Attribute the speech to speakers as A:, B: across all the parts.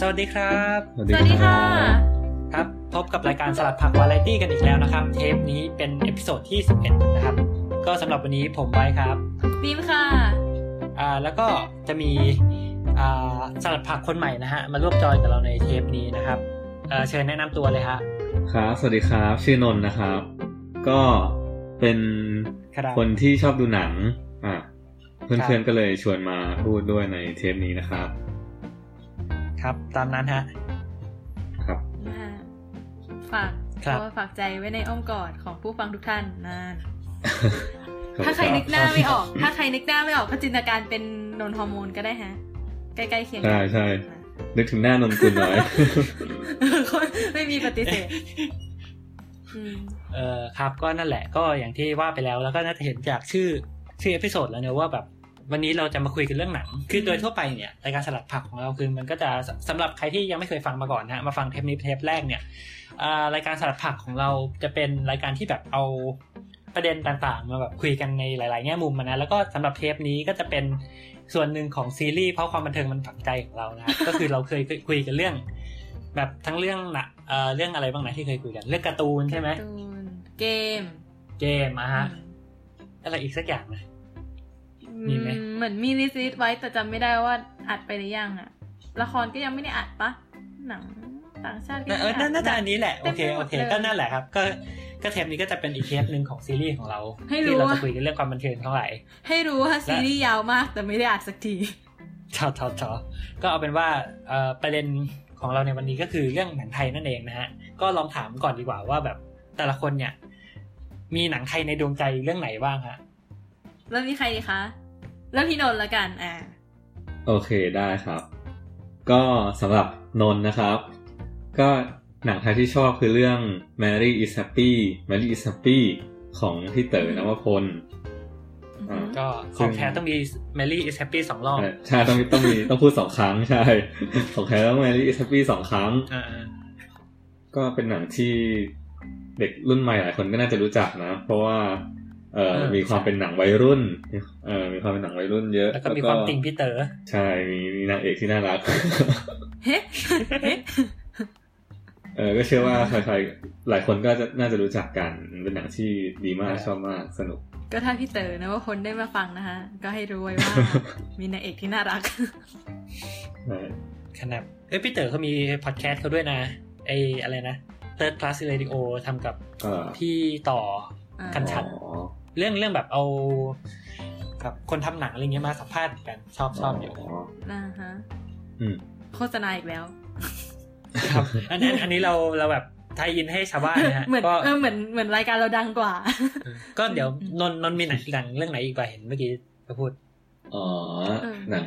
A: สวัสดีครับ
B: สวัสดีค่ะ
A: ครับ พบกับรายการสลัดผักวาไรตี้กันอีกแล้วนะครับ เทปนี้เป็นเอพิโซดที่ 11 นะครับ ก็สำหรับวันนี้ผมไว้ครับ
B: บีมค่ะ
A: อ่าแล้วก็จะมีอ่าสลัดผักคนใหม่นะฮะ มาร่วมจอยกับเราในเทปนี้นะครับเอ่อเชิญแนะนำตัวเลยฮะ
C: ครับ สวัสดีครับ ชื่อนนท์นะครับ ก็เป็น
A: ครับ
C: คนที่ชอบดูหนัง อ่ะ เพื่อนๆก็เลยชวนมาพูดด้วยในเทปนี้นะครับ
A: ครับ ตามนั้นฮะ
C: ครับ
B: นะคะฝาก
A: ครับ
B: ตัวฝากใจไว้ในอ้อมกอดของผู้ฟังทุกท่านนะ
C: บ
B: ถ้าใครนึกหน้าไม่ออก ถ้าใครนึกหน้าไม่ออกก็จินตนาการเป็นนนฮอร์โมนก็ได้ฮะ ใกล้ๆเคียงกั
C: ใช่
B: น
C: ใช่นึกถึงหน้านนกุลน้อย
B: คน ไม่มีปฏิเสธอืม
A: เออครับก็นั่นแหละก็อย่างที่ว่าไปแล้วแล้วก็น่าจะเห็นจากชื่อชื่อเอพิโซดแล้วเนอะว่าแบบวันนี้เราจะมาคุยกันเรื่องหนัง คือโดยทั่วไปเนี่ยรายการสลัดผักของเราคือมันก็จะสสำหรับใครที่ยังไม่เคยฟังมาก่อนนะมาฟังเทปนี้เทปแรกเนี่ยอ่ารายการสลัดผักของเราจะเป็นรายการที่แบบเอาประเด็นต่างๆ มาแบบคุยกันในหลาย ๆ แง่มุมมานะแล้วก็สำหรับเทปนี้ก็จะเป็นส่วนหนึ่งของซีรีส์เพราะความบันเทิงมันฝังใจของเรานะ ก็คือเราเคยคุยกันเรื่อง แบบทั้งเรื่องนะเอ่อเรื่องอะไรบ้างนะที่เคยคุยกันเรื่องการ์ตูนใช่ไหม
B: ตูนเกม
A: เกมอะฮะอะไรอีกสักอย่างนะ
B: อื
A: มีไหม
B: เหมือนมีลิสต์ไว้แต่จำไม่ได้ว่าอัดไปหรือยังอะละครก็ยังไม่ได้อัดปะหนังต่างชาติก็ยัง
A: เออ
B: ไม่อัด
A: น่าน่าจะอันนี้แหละ โอเค
B: เต็มไปหมด
A: โอเค
B: เลย
A: ก็นั่นแหละครับ ก็ ก็เทปนี้ก็จะเป็นอีกเทปหนึ่งของซีรีส์ของเรา
B: ให้รู้
A: ที่เรา
B: ว่า
A: จะคุยกันเรื่องความบันเทิงทั้งห ลาย
B: ให้รู้ว่าซีรีส์ยาวมากแต่ไม่ได้อัดสักที
A: ชอชอชอก็เอาเป็นว่าเอ่อประเด็นของเราในวันนี้ก็คือเรื่องหนังไทยนั่นเองนะฮะ ก็ลองถามก่อนดีกว่าว่าแบบแต่ละคนเนี่ย มีหนังไทยในดวงใจเรื่องไหนบ้างฮะ
B: แล้วมีใครดีคะเริ่มที่นนท์ละกัน อ่า
C: โอเคได้ครับ ก็สำหรับนนท์นะครับ ก็หนังไทยที่ชอบคือเรื่อง Mary is Happy Mary is Happy ของพี่เต๋อนวพล อ่า
A: ก็ของแท้ต้องมี Mary is happy สองรอบ
C: เออใช่ต้องต้องมี ต้องพูดสองครั้งใช่ของแท้ต้อง Mary is Happy สองครั้ง
A: อ่า
C: ก็เป็นหนังที่เด็กรุ่นใหม่หลายคนก็น่าจะรู้จักนะ เพราะว่าเอ่อมีความเป็นหนังวัยรุ่นเอ่อมีความเป็นหนังวัยรุ่นเยอะ
A: แล้วก็มีความติ่งพี่เต๋อ
C: ใช่มีมีนางเอกที่น่ารัก
B: เฮ้เฮ้
C: เออก็เชื่อว่าใครๆหลายคนก็จะน่าจะรู้จักกันเป็นหนังที่ดีมาก
A: ครับ
C: ชอบมากสนุก
B: ก็ถ้าพี่เต๋อนะว่าคนได้มาฟังนะคะ ก็ให้รู้ไว้ว่า มีนางเอกที่น่ารัก
A: ขนาดเอ้ยพี่เต๋อเขามีพอดแคสต์เขาด้วยนะ ไออะไรนะ Third Class Radio ทำกับ
C: เออ
A: พี่ต่อ
B: อ่า
A: คันชัด
C: อ๋อ
A: เรื่องเรื่องแบบเอากับคนทำหนังอะไรเงี้ยมาสัมภาษณ์กันชอบชอบอยู่
B: อ่าฮะ
C: อืม
B: โฆษณาอีกแล้ว
A: ครับอันนี้อันนี้เราเราแบบไทยอินให้ชาวบ้านนะฮะ
B: เหมือน
A: ก็
B: เออเหมือนเหมือนรายการเราดังกว่า
A: ก็เดี๋ยวนนนนมีหนังหนังเรื่องไหนอีกบ่าเห็นเมื่อกี้เขาพูด
C: อ๋อ
B: เออ
C: หนัง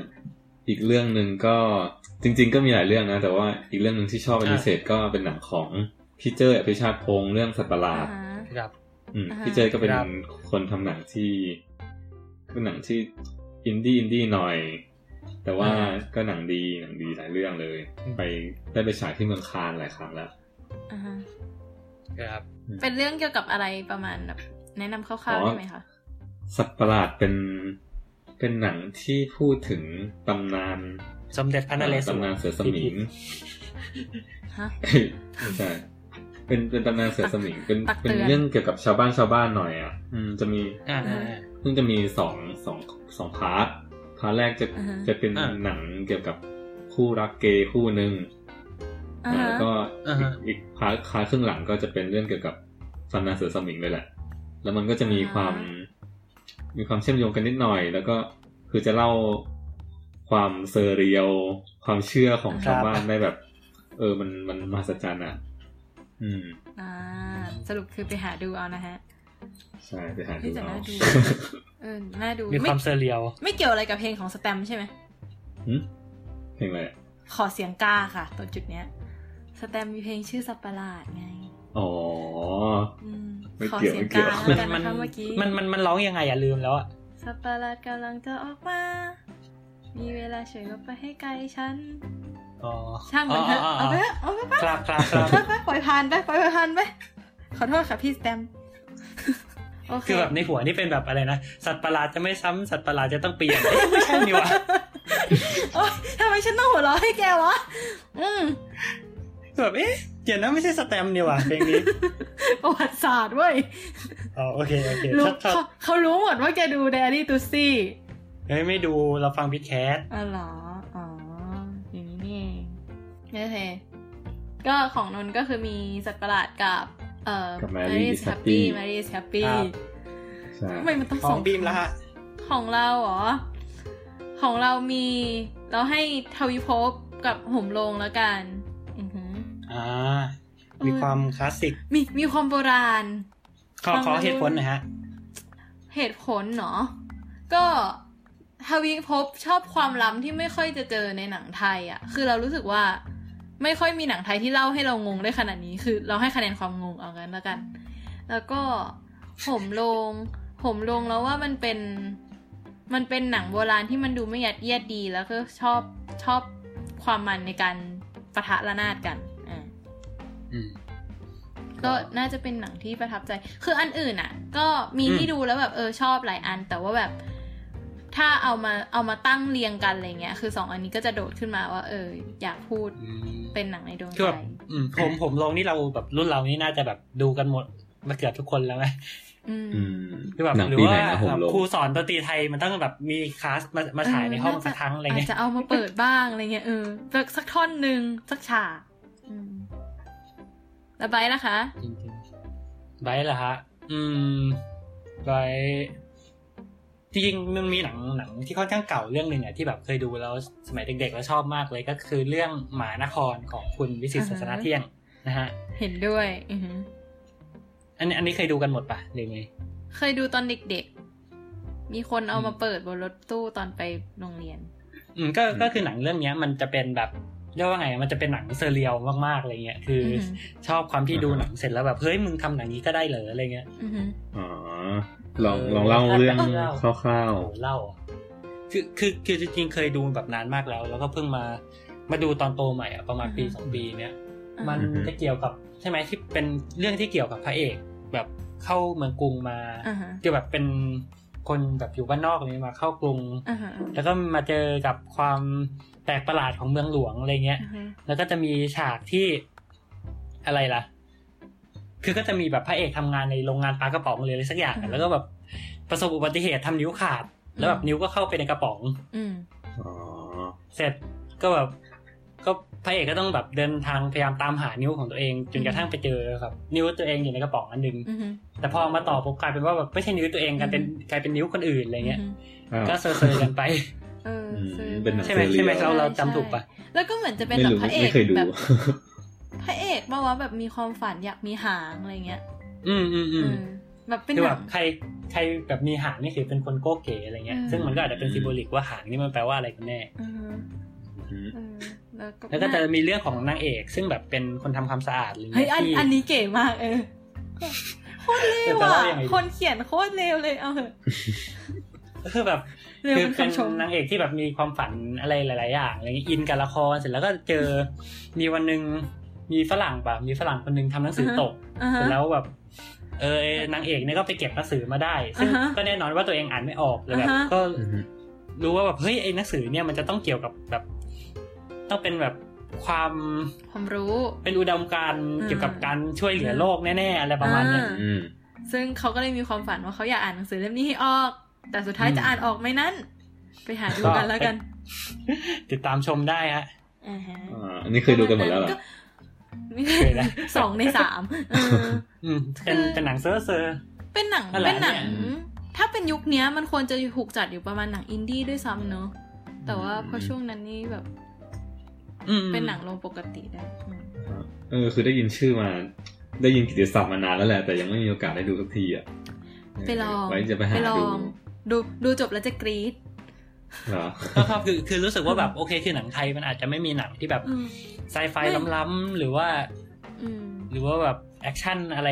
C: อีกเรื่องหนึ่งก็จริง ๆ ก็มีหลายเรื่องนะ แต่ว่าอีกเรื่องหนึ่งที่ชอบเป็น
A: อ่า
C: พิเศษก็เป็นหนังของพี่เจออภิชาติพงษ์เรื่องสัตว์ประหลา
B: อ่า
C: ด
B: ฮะ
A: ครับ
C: อืม
B: อ่าฮะ
C: พี่เจยก็เป็น
A: ครับ
C: คนทำหนังที่เป็นหนังที่อินดี้อินดี้หน่อย แต่ว่าก็หนังดีหนังดีหลายเรื่องเลย ไปได้ไปฉายที่เมืองคานหลายครั้งแล้ว
B: อ่าฮะ
A: ครับ
B: เป็นเรื่องเกี่ยวกับอะไรประมาณแบบแนะนำคร่าวๆได้ไหมคะ
C: สัตว์ประหลาดเป็นเป็นหนังที่พูดถึงตำนาน
A: สมเด็จพระนเรศวร
C: ตำนานเสือสมิง
B: ฮะ
C: เอ้ยไม่ใช่เป็นเป็นตำนานเสือสมิงเป็น
B: ตักเตื
C: เป็
B: อน
C: นเรื่องเกี่ยวกับชาวบ้านชาวบ้านหน่อยอ่ะ อืมจะมี
A: อ่า
C: ซึ่งจะมีสองสองสองพาร์ท พาร์ทแรกจะ
B: อ่าฮะ
C: จะเป็น
A: อ่า
C: หนังเกี่ยวกับคู่รักเกย์คู่หนึ่งอ่า
B: อ่าฮะ
C: แล้วก็
A: อ่า
C: อีก
A: ฮะ
C: อีกพาร์ทพาร์ทครึ่งหลังก็จะเป็นเรื่องเกี่ยวกับตำนานเสือสมิงเลยแหละ แล้วมันก็จะมีความ มีความเชื่อมโยงกันนิดหน่อย แล้วก็คือจะเล่าความเซอร์เรียลความเชื่อของชาวบ้านได้แบบ เออมันมันมหัศจรรย์อ่ะ อืม
B: อ่าสรุปคือไปหาดูเอานะฮะ
C: ใช่ไปหา
B: เฮ้
C: ดู
B: ยแต่
C: เอา
B: น่าดู เออน่าดู
A: มี
B: ไ
A: ความเซอร์เรียล
B: ไม่เกี่ยวอะไรกับเพลงของสแตมป์ใช่ไหม
C: หึเพลงอะไรอะ
B: ขอเสียงกาค่ะ ตรงจุดเนี้ย สแตมป์มีเพลงชื่อสัปประหลาดไง
C: อ๋อ
B: อืม
C: ไม่
B: ขอ
C: เกี่ยว
B: เสีย
C: ไม่
B: ง
C: เกี่
B: กา
C: ยว
B: แล้วกันนะคะเมื่อกี้
A: มันมันมันร้องยังไงอ่ะลืมแล้วอ่ะ
B: สัปประหลาดกำลังจะออกมา มีเวลาเฉยลบไปให้ไกลฉัน
A: อ๋อ
B: ช่างมันเถอะเอาไปเถอะเอาไปเถอะ
A: ครับครับครับ
B: ไปไปปล่อยผ่านไปปล่อยผ่านไปขอโทษค่ะพี่สแตมป์โอเค
A: คือแบบในหัวนี่เป็นแบบอะไรนะ สัตว์ประหลาดจะไม่ซ้ำสัตว์ประหลาดจะต้องเปลี่ยนเอ๊ะไม่ใช่นี่หวะ
B: โอ๊ยทำไมฉันต้องหัวเราะให้แกวะ อืม
A: แบบเอ๊ะเดี๋ยวนะไม่ใช่สแตมป์เนี่ย ว่ะเพลงนี้
B: ประวัติศาสตร์เว้ย
A: อ๋อโอเคโอเค
B: รู้
A: ชอบชอบ
B: เขาเขารู้หมดว่าแกดูไดอารี่ตูซี่
A: เฮ้ยไม่ดูเราฟังบิดแคส
B: อ๋อเหรอ อ๋อ อย่างนี้นี่เองโอเค ก็ของนนท์ก็คือมีสักกราดกับ เอ่อ
C: กับ Mary is
B: Mary
C: Happy
B: Mary is Happy
C: ใช่
B: ทำไมมันต้อง
A: ข
B: ส
A: อ
B: อง ง
A: บีมละฮะ
B: ของเราเหรอ ของเรามีเราให้ทวิภพกับห่มโลงแล้วกัน อือหือ
A: อ่ามีความคลาสสิก
B: มีมีความโบราณ
A: ขอขอเหตุผลหนะฮะ
B: เหตุผลเนาะก็ทวิภพชอบความล้ำที่ไม่ค่อยจะเจอในหนังไทยอะ่ะ คือเรารู้สึกว่า ไม่ค่อยมีหนังไทยที่เล่าให้เรางงได้ขนาดนี้ คือ เราให้คะแนนความงงเอางั้นแล้วกัน แล้วก็ห่มลงห่มลงแล้วว่ามันเป็นมันเป็นหนังโบราณที่มันดูไม่ยัดเยียดดีแล้วก็ชอบชอบความมันในการปะทะระนาดกันอ่า
A: อืม
B: ก็น่าจะเป็นหนังที่ประทับใจ คืออันอื่นอ่ะ ก็มี
A: อืม
B: ที่ดูแล้วแบบเออชอบหลายอัน แต่ว่าแบบ ถ้าเอามาเอามาตั้งเรียงกันอะไรเงี้ย คือสองอันนี้ก็จะโดดขึ้นมาว่า เออ อยากพูด
A: อืม
B: เป็นหนังในดวง
A: คือ
B: ใจ
A: แบบอืมผมผมลงนี่เราแบบรุ่นเรานี่น่าจะแบบดูกันหมดมาเกือบทุกคนแล้วไหม
B: อืม
C: อืม
A: คือแบบ
C: หนัง
A: หรือ
C: ปีไหน
A: ว่า
C: นะผมลง
A: ครูสอนดนตรีไทยมันต้องแบบมีคลาสมามาฉายในห้อง
B: เออน่าจะ
A: สักครั้งอะไร
B: อาจ
A: เงี้ย
B: จะเอามาเปิดบ้างอะไรเงี้ยเออสักสักท่อนหนึ่งสักฉากอืมแล้วไบร์ทล่ะคะ
A: จริงๆไบร์ทเหรอฮะ อืมไบร์ทจริงๆมันมีหนังหนังที่ค่อนข้างเก่าเรื่องหนึ่งอ่ะที่แบบเคยดูแล้วสมัยเด็กๆแล้วชอบมากเลยก็คือเรื่องหมานครของคุณวิสิต
B: อ่าฮะ
A: ศาสนาเที่ยงนะฮะ
B: เห็นด้วย อือหือ
A: อันนี้อันนี้เคยดูกันหมดปะหรือไง
B: เคยดูตอนเด็กๆ มีคนเอามาเปิดบนรถตู้ตอนไปโรงเรียน
A: อืมก็ก็คือหนังเรื่องเนี้ย มันจะเป็นแบบเรียกว่าไง มันจะเป็นหนังเซเรียลมากๆอะไรเงี้ยคืออ
B: อหือ
A: ชอบความที่ดูหนังเสร็จแล้วแบบเฮ้ยมึงทำหนังนี้ก็ได้เหรออะไรเงี้ย
B: อือหือ
C: อ๋อลองลองเล่าเรื่องคร่าว
A: โอ้เล่าอ่ะคือคือคือจริงๆเคยดูแบบนานมากแล้ว แล้วก็เพิ่งมามาดูตอนโตใหม่อ่ะประมาณปี
B: อือฮึ
A: สองปีเนี้ยมันจะเกี่ยวกับใช่ไหมที่เป็นเรื่องที่เกี่ยวกับพระเอก แบบเข้าเมืองกรุงมา
B: อ่าฮะ
A: เกี่ยวแบบเป็นคนแบบอยู่บ้านนอกอะไรเลยมาเข้ากรุง
B: อ่าฮะ
A: แล้วก็มาเจอกับความแปลกประหลาดของเมืองหลวงอะไรเงี้ย
B: อ่าฮะ
A: แล้วก็จะมีฉากที่อะไรล่ะ คือก็จะมีแบบพระเอกทำงานในโรงงานปลากระป๋องเลยอะไรสักอย่างอะแล้วก็แบบประสบอุบัติเหตุทำนิ้วขาด แล้วแบบนิ้วก็เข้าไปในกระป๋อง
B: อืม
C: ๆอ๋อ
A: เสร็จก็แบบ ก็พระเอกก็ต้องแบบเดินทางพยายามตามหานิ้วของตัวเองจนกระทั่งไปเจอครับ นิ้วตัวเองอยู่ในกระป๋องอันหนึง
B: อืม
A: แต่พอเอามาต่อปุ๊บกลายเป็นว่าแบบไม่ใช่นิ้วตัวเองกลายเป็นกลายเป็นนิ้วคนอื่นอะไรเงี้ย
C: อ้าว
A: ก็เซอร์เซอร์ กันไป
B: เออ
C: ม
B: ซื้อ
C: เป็นหนัง
A: ใช่ไหม
C: ซอ
A: ใช่ไหมเราเราจำถูกปะ
B: แล้วก็เหมือนจะเป็น
C: ไม่
B: แบบ
C: รู้
B: พระเอ
C: ไม่
B: ก
C: เคยดู
B: แบบพระเอกมาว่าแบบมีความฝันอยากมีหางอะไรเงี้ย
A: อืมอืมอืม
B: เออแบบเป็น
A: คือ
B: ห
A: แบ
B: นั
A: บ
B: ง
A: ใครใครแบบมีหางนี่คือเป็นคนโก้เก๋อะไรเงี้ย
B: อืม
A: ซึ่งมันก็อาจจะเป็นซิมโบลิกว่าหางนี่มันแปลว่าอะไรกันแน่
B: อือฮึ
C: อืม
B: เออแล้วก็
A: แล้วก็จะมีเรื่องของนางเอก ซึ่งแบบเป็นคนทำความสะอาดอะไร
B: เฮ้ย
A: เงี้ย
B: อัน
A: ที่
B: อันนี้เก๋มากเออโคตรเลว
A: แต่
B: อ่ะ
A: ว่ายังไงดี
B: คนเขียนโคตรเลวเลยเอาเหอะ
A: คือแบบ
B: เลว
A: คือ
B: เป็น
A: เป็น
B: คำชม
A: นางเอกที่แบบมีความฝันอะไรหลาย ๆ อย่างอะไรเงี้ยอินกับละครเสร็จแล้วก็เจอมีวันหนึ่งมีฝรั่งป่ะมีฝรั่งคนหนึงทำหนังสือตก
B: อ่า
A: เสร็
B: ฮะ
A: จแล้วแบบ เออนางเอกเนี่ยก็ไปเก็บหนังสือมาได้ ซึ่ง
B: อ่าฮะ
A: ก็แน่นอนว่าตัวเองอ่านไม่ออกเลยแบบ
B: อ่าฮะ
A: ก็
C: อืม
A: รู้ว่าแบบเฮ้ยไอ้หนังสือเนี่ยมันจะต้องเกี่ยวกับแบบ ต้องเป็นแบบความ
B: ความรู้
A: เป็นอุดมการณ์
B: อืม
A: เกี่ยวกับการช่วยเหลือโลกแน่ๆอะไรประมาณเนี้ย
B: อ่
C: อืม
B: ซึ่งเขาก็เลยมีความฝันว่าเขาอยากอ่านหนังสือเล่มนี้ให้ออก แต่สุดท้าย
A: อืม
B: จะอ่านออกไหมนั้น ไปหาดูกันแล้วกัน
A: ติดตามชมได้ฮะ
B: อาฮะ
C: อ่าอันนี้เคยดูกันหมดแล้วเหรอ
B: ก็
A: เคยนะ
B: สองในสามเออ
A: อืมเป็น
B: คือ
A: เป็นหนังเซอร์เซอร์
B: เป็นหนัง
A: อะไร
B: เป็นหนัง
A: เนี่ย
B: ถ้าเป็นยุคเนี้ยมันควรจะถูกจัดอยู่ประมาณหนังอินดี้ด้วยซ้ำเนอะแต่ว่า
C: อืม
B: พอช่วงนั้นนี่แบบ
A: อืม
B: เป็นหนังลงปกติได้อืม
C: เออคือได้ยินชื่อมา ได้ยินกิตติศัพท์มานานแล้วแหละ แต่ยังไม่มีโอกาสได้ดูสักทีอ่ะ
B: ไปลอง
C: ไว้จะไปหา
B: ลอ
C: ดู
B: ง ดูดูจบแล้วจะกรี๊ด
C: เหรอ
A: ก็ชอบคือคือรู้สึกว่าแบบโอเคคือหนังไทยมันอาจจะไม่มีหนังที่แบบ
B: อืม
A: ไซไฟ
B: ไม่
A: ล้ำๆหรือว่า
B: อืม
A: หรือว่าแบบแอคชั่นอะไร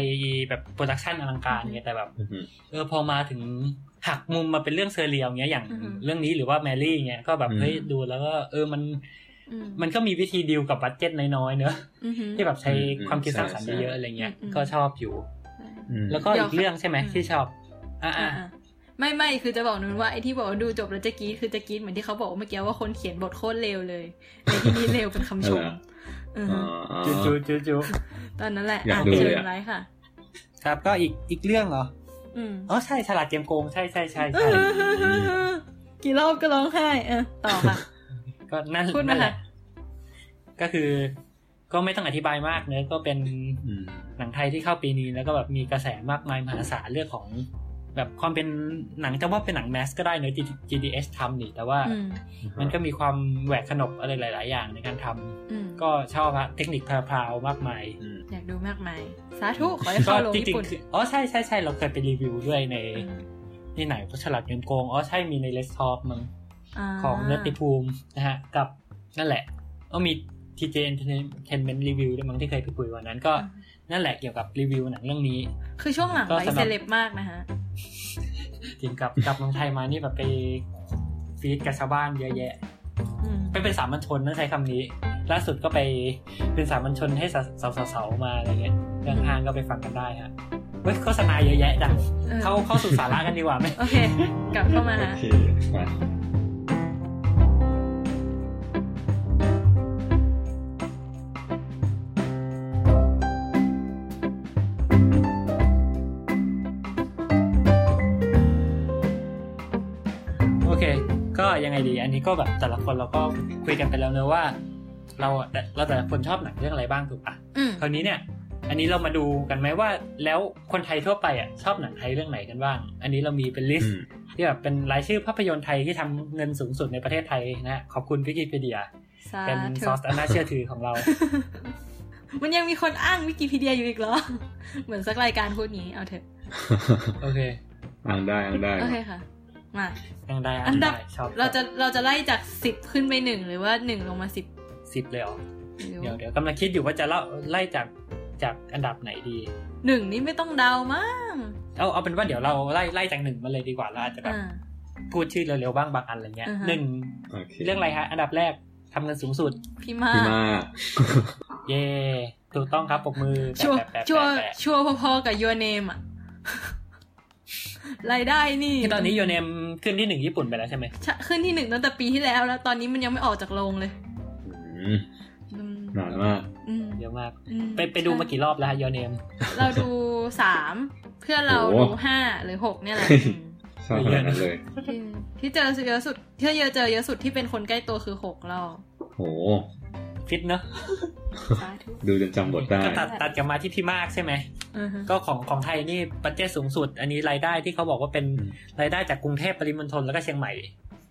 A: แบบโปรดักชันอลังการเงี้ยแต่แบบ
C: อืม
A: เออพอมาถึงหักมุมมาเป็นเรื่องเซอร์เรียลเงี้ยอย่าง
B: อือฮึ
A: เรื่องนี้หรือว่าแมรี่เงี้ยก็แบบ
C: อืม
A: เฮ้ยดูแล้วก็เออมัน
B: อืม
A: มันก็มีวิธีดีลกับบัตเจ็ตน้อยๆเนอะ
B: อือหือ
A: ที่แบบใช้
C: อืม
A: ความคิดสร้างสรรค์
C: ใช่ใช่
A: เยอะๆอะไรเงี้ย
B: อืม
A: ก็ชอบอยู่
C: อืม
A: แล้วก็
B: เดี๋
A: อี
B: ยว
A: กเรื่องใช่ไหม
B: อืม
A: ที่ชอบอ่า
B: อ่ะ ไม่ไม่คือจะบอกนุ้นว่าไอ้ที่บอกว่าดูจบแล้วจะกรี๊ดคือจะกรี๊ดเหมือนที่เขาบอกเมื่อกี้ว่าคนเขียนบทโคตรเร็วเลยในที่นี้เร็วเป็นคำชม
C: อะไรอะ
B: เอ
C: อ๋อ
B: อ
C: อ๋อ
A: จูจูจูจู
B: ตอนนั้นแหละ
C: อยาก
B: ะ
C: ดู
B: เชิ
C: เลย
B: ญ
C: อะ
B: ไลฟ์ค่ะ
A: ครับก็อีกอีกเรื่องเหรอ
B: อืม
A: อ๋อใช่ฉลาดเกมโกงใช่ใช่ใช่
B: เอ
A: ใช่
B: อกี่รอบก็ร้องไห้เออต่อค่ะ
A: ก็นั่น
B: พูดมา
A: นั่นแหละ
B: ค่ะ
A: ก็คือ ก็ไม่ต้องอธิบายมากเนอะก็เป็น
C: อืม
A: หนังไทยที่เข้าปีนี้แล้วก็แบบมีกระแสมากมายมหาศาลเรื่องของ แบบความเป็นหนังจะว่าเป็นหนังแมสก็ได้เนอะ G- GDS ทำนี่ แต่ว่า
B: อืม
A: มันก็มีความแหวกขนบอะไรหลาย ๆ อย่างในการทำ
B: อืม
A: ก็ชอบฮะเทคนิคพราวๆมากมาย
B: อยากดูมากมายสาธุขอให้เข้าโรง
A: จ
B: ญี่
A: ริง
B: ปุ่น
A: ๆคืออ๋อใช่ใช่ใช่เราเคยไปรีวิวด้วยใน
B: อืม
A: ที่ไหนก็ฉลาดเงินโกงอ๋อใช่มีในเลสทอปมั้ง
B: า
A: ของเนติภูมินะฮะ กับนั่นแหละก็มี TJ Entertainment Review ด้วยมั้งที่เคยไปคุยวันนั้น ก็นั่นแหละเกี่ยวกับรีวิวหนังเรื่องนี้
B: คือช่วงหลัง
A: ก็
B: ไป
A: สำหรับ
B: เซเลบมากนะฮะ
A: จริงกลับกลับเมืองไทยมานี่แบบไปฟีดกับชาวบ้านเยอะแยะ
B: อืม
A: ไปเป็นสามัญชนต้องใช้คำนี้ ล่าสุดก็ไปเป็นสามัญชนให้สาวสาวๆๆมาอะไรเงี้ยเรื่องห้างก็ไปฟังกันได้ฮะเฮ้ยโฆษณาเยอะแยะจัง
B: ออ
A: เข้าเข้าสู่สาระกันดีกว่าไหม
B: โอเค กลับเข้ามา
C: โอ
B: ฮะ
C: เคมา
A: โอเค ก็ยังไงดี อันนี้ก็แบบแต่ละคนเราก็คุยกันไปแล้วเนอะว่า เราอะแต่เราแต่ละคนชอบหนังเรื่องอะไรบ้างถูกปะ
B: อืม
A: คราวนี้เนี่ย อันนี้เรามาดูกันไหมว่า แล้วคนไทยทั่วไปอ่ะชอบหนังไทยเรื่องไหนกันบ้าง อันนี้เรามีเป็นลิส
C: อื
A: ต์
C: ม
A: ที่แบบเป็นรายชื่อภาพยนตร์ไทยที่ทำเงินสูงสุดในประเทศไทยนะฮะขอบคุณวิกิพีเดีย
B: สา
A: เป็น
B: ธุ
A: ซอสอันน่าเชื่อถือของเรา
B: มันยังมีคนอ้างวิกิพีเดียอยู่อีกเหรอ เหมือนสักรายการพูดงี้เอาเถอะ
A: โอเค
C: อ้างได้อ้างได้
B: โอเคค่ะ มา
A: ยังได้
B: อั
A: อัน
B: นดั
A: ได้
B: บ
A: ชอบ
B: เราจะเราจะไล่จากสิบขึ้นไปหนึ่งหรือว่าหนึ่งลงมาสิบ
A: สิบเลยเหรอ
B: หรือ
A: เดี๋ยวเดี๋ยวกำลังคิดอยู่ว่าจะเล่าไล่จากจากอันดับไหนดี
B: หนึ่งนี่ไม่ต้องเดามั้ง
A: เอาเอาเป็นว่าเดี๋ยวเราไล่ไล่จากหนึ่งมาเลยดีกว่าเราอาจจะแบบ
B: อ่า
A: พูดชื่อเร็วๆบ้างบางอันอะไรเงี้ย
B: อ่าฮะ
A: หนึ่ง
C: โอเค
A: เรื่องอะไรฮะ อันดับแรกทำเงินสูงสุด
B: พี่มา
C: พี่มาก
A: เย่ถูกต้องครับปรบมือแปะ
B: ชัว
A: แปะแปะ
B: ร์ชัวร์
A: แปะแปะ
B: ชัวร์พอๆกับยูเนมอะ รายได้นี่
A: ที่ตอนนี้โยเนมขึ้นที่หนึ่งญี่ปุ่นไปแล้วใช่ไหม
B: ชะขึ้นที่หนึ่งตั้งแต่ปีที่แล้ว แล้วตอนนี้มันยังไม่ออกจากโรงเลย
C: อืม
B: อืม
C: นานมาก
B: อืม
A: เยอะมาก
B: อืม
A: ไปไปดูมากี่รอบแล้วฮะโยเนม
B: เราดูสามเพื่อนเรา
C: โอ้โห
B: ดูห้าหรือหกเนี่ยแหละ
C: ชอบขนาดนั้นเลย
B: อืมที่เจอเยอะสุดที่เจอเจอเยอะสุดที่เป็นคนใกล้ตัวคือหกรอบ
C: โห
A: ฟิตเนอะ
B: สาธุ
C: ดูจนจำบทได้
A: ก็ตัดตัดกลับมาที่พี่มากใช่ไหม
B: อือฮึ
A: ก็ของของไทยนี่ปัจเจกสูงสุด อันนี้รายได้ที่เขาบอกว่าเป็น
C: อืม
A: รายได้จากกรุงเทพปริมณฑลแล้วก็เชียงใหม่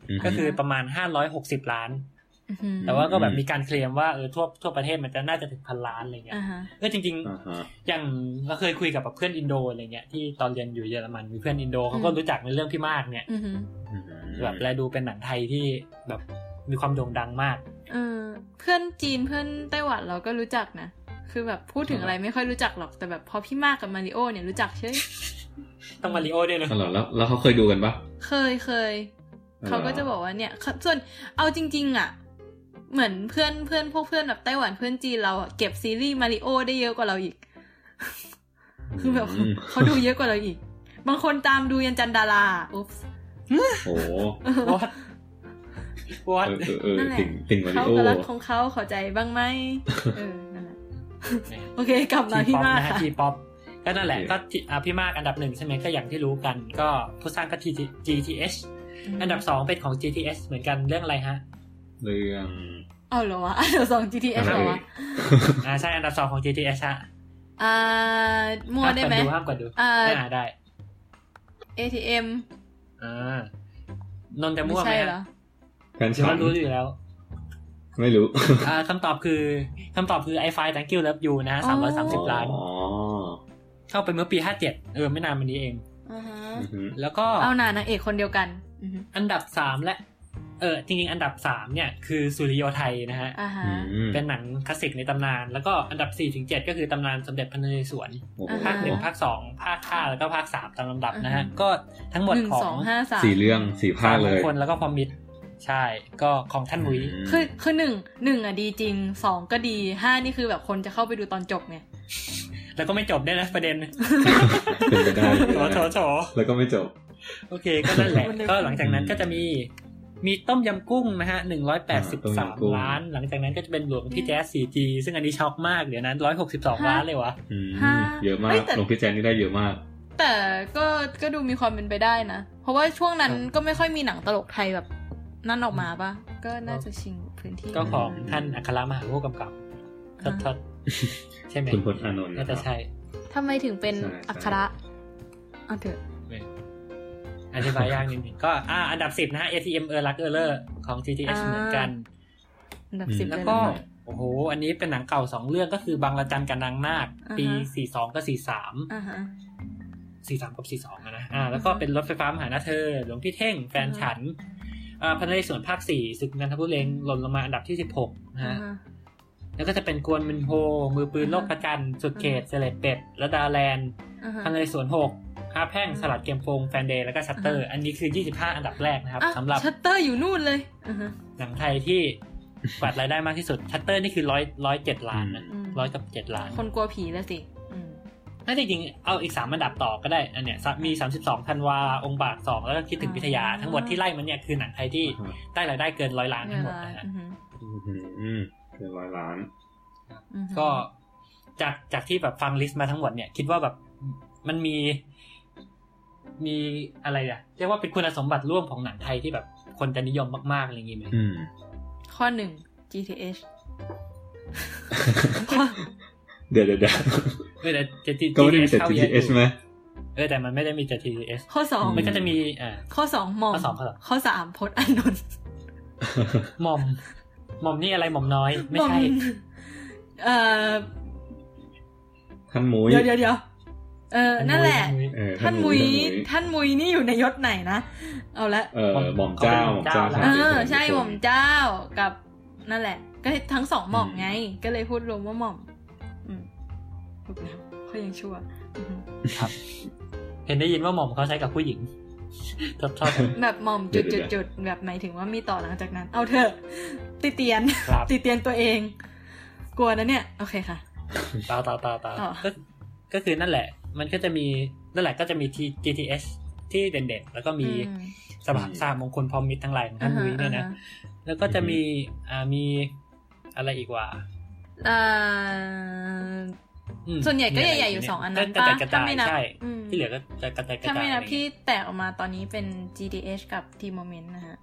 C: อืม
A: ก็คือประมาณ 560 ล้าน
B: อือหือ
A: แต่ว่าก็แบบ
C: อืม
A: มีการเคลมว่าเออทั่วทั่วประเทศมันจะน่าจะถึงพันล้านอะไรเงี้ย
B: อ่าฮะ
A: เออจริง
C: อ่าฮะ
A: ๆ อย่างเราเคยคุยกับแบบเพื่อนอินโดอะไรเงี้ยที่ตอนเรียนอยู่เยอรมันมีเพื่อนอินโดเขาก็รู้จักในเรื่องพี่มากเนี่ย
B: อือหือ
C: อืม
A: แบบแลดูเป็นหนังไทยที่แบบมีความโด่งดังมาก
B: เออเพื่อนจีนเพื่อนไต้หวันเราก็รู้จักนะ คือแบบพูดถึงอะไรไม่ค่อยรู้จักหรอกแต่แบบพอพี่มากกับมาริโอเนี่ยรู้จักเชย
A: ต้องมาริโอด้วยนะ
C: อ๋อเหรอแล้วแล้วเขาเคยดูกันปะ
B: เคยเคยเขาก็จะบอกว่าเนี่ยเขาส่วนเอาจริง ๆ อ่ะ เหมือนเพื่อนเพื่อนพวกเพื่อนแบบไต้หวันเพื่อนจีนเราอะเก็บซีรีส์มาริโอได้เยอะกว่าเราอีก คือแบบ
C: ม
B: เขาดูเยอะกว่าเราอีก บางคนตามดูยันจันดาราอุ๊บ
C: โอ้โห
A: วอดวอด
C: เออเออเออ
B: นั่นแหละ
C: ติ่งติ่งมาริ
B: เขา
C: โอ
B: กรักของเขาเขอใจบ้างไหมเออนั่นแหละโอเค กลับมา
A: ที
B: พี่
A: ป๊อป
B: มาก
A: นะฮะ
B: ค่ะ
A: ทีป๊อปก็นั่นแหละ
C: โอเค
A: ก็ที่อ่ะพี่มากอันดับหนึ่งใช่ไหมก็อย่างที่รู้กันก็ผู้สร้างก็ GTH อันดับสองเป็นของ GTS เหมือนกันเรื่องอะไรฮะ
C: เรื่อง
B: เอาเหรอวะอันดับสอง
C: อะ
B: GTS
C: ไร
B: เหร
C: เอ่ยว
B: อะ
A: อ่าใช่อันดับสองของ GTS ฮะ
B: อ่ามัวได้ไหม
A: ห้ามกดูห้ามกดดู
B: อ่า
A: อ่าได้
B: ATM
A: อ่านนท์จะ
B: ไม่
A: มั่วไหม
B: ใช่
A: ฮะ
B: เหรอ
C: แฟน
A: เดี๋ยว
C: ฉั
A: เรา
C: น
A: รู้อยู่แล้ว
C: ไม่รู้
A: อ่าคำตอบคือคำตอบคือ i f i thank you love you นะฮะ
B: อ๋อ
A: 330 ล้าน
C: อ๋อ
A: เข้าไปเมื่อปี 57 เออ ไม่นานมานี้เอง
B: อ่าฮะ
C: อือหือ
A: แล้วก็
B: เอาหน่านางเอกคนเดียวกันอือฮึ
A: อันดับ 3 และ เออจริงๆ อันดับ 3 เนี่ย คือสุริโยไทยนะฮะ
B: อ่าฮะ
C: อืม
A: เป็นหนังคลาสสิกในตำนาน แล้วก็อันดับ4ถึง7ก็คือตำนานสมเด็จพระนเรศวร
C: โอ้โห
B: อ่า
A: ภาคหนึ่งภาคสองภาคห้าแล้วก็ภาคสามตามลำดับนะฮะ ก็ทั้งหมด
B: หนึ่ง
A: ของ
B: สองห้าสาม
C: สี่เรื่องสี่ภาคเลย
A: สมคนแล้วก็ความมิดใช่ก็ของท่านมุ้ย
C: ม
B: คือคือหนึ่งหนึ่งอ่ะดีจริงสองก็ดีห้านี่คือแบบคนจะเข้าไปดูตอนจบไง
A: แล้วก็ไม่จบได้วยนะประเด็น
C: เป็นไปได้
A: โถโถโถ
C: แล้วก็ไม่จบ
A: โอเค ก็นั่นแห ละ
B: มันเร็ว
A: ก็หลังจากนั้นก็จะมีมีต้มยำกุ้งนะฮะหนึ่งร้อยแปดสิบ
C: ต้ม
A: สาม
C: ยำกุ้ง
A: ล้าน หลังจากนั้นก็จะเป็นหลวงพี่แจ๊ส 4G ซึ่งอันนี้ช็อกมาก เดี๋ยวนั้นร้อยหกสิบสองล้านเลยวะ
C: อืม
B: ฮะ
C: เยอะมา
B: เฮ้
C: ก
B: ยแต่
C: หลวงพี่แจนนี่ได้เยอะมาก
B: แต่ก็ก็ดูมีความเป็นไปได้นะ เพราะว่าช่วงนั้นก็ไม่ค่อยมีหนังตลกไทยแบบ นั่นออกมาปะก็น่าจะชิงพื้นที่
A: ก็ของท่านอัครมหาโภคกำกับทศทศใช่ไหม
C: คุณพลอานนท์
A: น่า
C: นะค
A: จะ
C: รับ
A: ใช่
B: ทำไมถึงเป็น
C: ใช่ใช่
B: อักขระเอาเถอะ
A: อธิบายยากนิดนึงก็อ่าอันดับสิบนะฮะ ATM เออรักเออเลอร์ของ GTS
B: อ่า
A: เหมือนกัน
B: อันดับ
C: อืม
B: สิบ
A: แล้ว
B: เลย
A: ก็
B: นะ
A: โอ้โห อันนี้เป็นหนังเก่าสองเรื่องก็คือบางระจันกับนางนาค
B: อ่าฮะ
A: ปี 42 กับ
B: อ่าฮะ
A: 43 43 กับ 42อะนะอ่าแล้วก็เป็นรถไฟฟ้ามหาหน้าเธอ หลวงพี่เท่ง แฟนฉันอ่าพระนเรศวรภาค 4 ศึกนันทบุรีหล่นลงมาอันดับที่ 16นะฮะ แล้วก็จะเป็นกวนมินโฮ มือปืนโลกประจันทร์สุดเขต
B: อ่าฮะ
A: เซเลบเป็ดและดาแลนด์
B: อ่าฮะ
A: พันเลยสวนหกห้าแพร่งสลัดเกมโฟงแฟนเดย์แล้วก็ชัตเตอร์ อันนี้คือ 25 อันดับแรกนะครับ
B: อ่ะ
A: สำหรับ
B: ชัตเตอร์อยู่นู่นเลยอือฮะ
A: หนังไทยที่ กวาดรายได้มากที่สุด ชัตเตอร์นี่คือร้อยร้อยเจ็ดล้านนะ
B: อืม
A: ร้อยกับเจ็ดล้าน
B: คนกลัวผีละสิอืม
A: น่าจะจริงเอาอีกสามอันดับต่อก็ได้ อันเนี้ยสะมี 32ธันวา องค์บากสองแล้วก็คิดถึงพิทยา ทั้งหมดที่ไล่มันเนี่ยคือหนังไทยที่ได้รายได้เกินร้อยล้านทั้งหมดนะฮะ
B: อือฮะ
C: อืมเป็นร้อยล้าน
B: อือฮะ
A: ก็จากจากที่แบบฟังลิสต์มาทั้งหมดเนี่ย คิดว่าแบบมันมี มีอะไรอะเรียกว่าเป็นคุณสมบัติร่วมของหนังไทยที่แบบคนจะนิยมมากๆอะไรอย่างงี้ไหม
C: อืม
B: ข้อหนึ่ง GTH
C: เดี๋ยวเดี๋ยวเดี๋ยว
A: เออแต่จะ
C: ก็ไม่ได้มีแต่
A: เข้า
C: G
A: เยอะอ
C: T
A: ยู่
C: S ไหม
A: เออแต่มันไม่ได้มีแต่ TTS
B: ข้อสอง
C: ม
A: มันก็จะมีอ่า
B: ข้อสองหมอม
A: ข้อสองข้อสอง
B: ข้อสามพจน์อานนท์
A: หม่อมหม่อมนี่อะไรหม่อมน้อย ไม่
B: หอ
A: ใช่
B: เอ่อ
C: ท่านมุ้ย
B: เดี๋ยวเดี๋ยวเดี๋ยวเออนั่นแหละ
A: มุ้ย
C: เออ
B: ท่านมุย
C: ท่านมุ้ย
B: ท่านมุยนี่อยู่ในยศไหนนะ เอาละ
C: เออหม่อมเจ้าหม่อมเจ้า
A: เอ
B: เออ
C: ท่าน
B: ใช่หม่อม
C: เป็นคน
B: เจ้ากับนั่นแหละ ก็ทั้งสองหม่อม
C: อืม
B: ไง ก็เลยพูดรวมว่าหม่อม อืมถูกแล้วเขายังชั่วอือฮึ
A: เห็นได้ยินว่าหม่อมเขาใช้กับผู้หญิง ชอบชอบ
B: แบบหม่อม
C: เดี๋
B: จุ
C: ย
B: ด
C: ว
B: จุด
C: เดี๋ยว
B: จุดแบบหมายถึงว่ามีต่อหลังจากนั้น เอาเถอะติเตี ยน
A: ครับ
B: ติเตียนตัวเอง กลัวนะเนี่ย โอเคค่ะ
A: ตาตาตาตา
B: อ๋อ
A: ก็ก็คือนั่นแหละ มันก็จะมีนั่นแหละก็จะมี T- GTS ที่เด่นๆ แล้วก็มี
B: อื
A: สภาสามมงคลพร้อมมิตรทั้งหลายของท่านมุ้ยด้วยนะ
B: อ่าฮะ
A: แล้วก็จะมีอ่ามีอะไรอีกว่า
B: อ่า
A: อืม
B: ส่วนใหญ่ก็
A: มีะ
B: ให
A: ไร
B: ญ่ๆอยู่สองอันนั้น
A: ก็
B: ปะ
A: กระจายกระจา
B: ถ้า
A: ย
B: ไม่นับ
A: ใช่
B: อืม
A: ที่เหลือก็จะกระจายกระจาย
B: ถ้าไม่นับ
A: ป
B: ที่แตกออกมาตอนนี้เป็น GDH กับ T Moment นะฮะ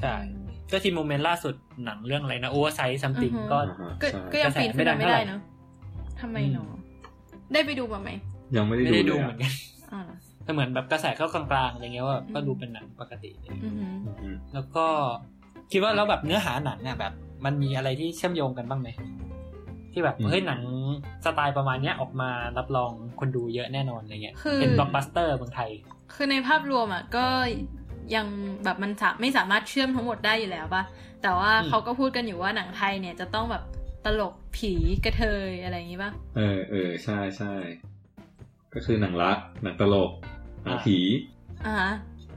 A: ใช่ ก็ที่โมเมนต์ล่าสุดหนังเรื่องอะไรนะโอเวอร์ไซส์ซัมติง
B: อือฮึ
A: ก็
C: อ่าฮะ
B: ก็
C: ใช่
B: ก็ยัง
A: กระแส
B: ปีนขึ้นมา
A: ไม่
B: ไม่
A: ดังเท่า
B: ได้
A: ไหร่
B: เนาะทำไมเนาะได้ไปดูมาไหม
C: ยังไม่ได้
A: ไม่ได้
C: ดู
A: ดู
C: เลย
A: เหมือน
C: อะ
A: กัน
B: อ๋อเหรอ
A: แต่เหมือนแบบกระแสเข้ากลางๆอะไรเงี้ยว่า
B: อืม
A: ก็ดูเป็นหนังปกติ
B: อือหือ
C: อืม
A: แล้วก็คิดว่าแล้วแบบเนื้อหาหนังเนี่ยแบบ มันมีอะไรที่เชื่อมโยงกันบ้างไหมที่แบบเฮ้ยหนังสไตล์ประมาณเนี้ยออกมารับรองคนดูเยอะแน่นอนอะไรเงี้ย
B: คือ
A: เป็นบล็อกบัสเตอร์เมืองไทย
B: คือในภาพรวมอ่ะก็ยังแบบมันสาไม่สามารถเชื่อมทั้งหมดได้อยู่แล้วปะแต่ว่า
A: อืม
B: เขาก็พูดกันอยู่ว่าหนังไทยเนี่ยจะต้องแบบตลกผีกระเทยอะไรอย่างงี้ปะ
C: เออเออใช่ใช่ก็คือหนังรักหนังตลกหนังผี
B: อ่าฮะ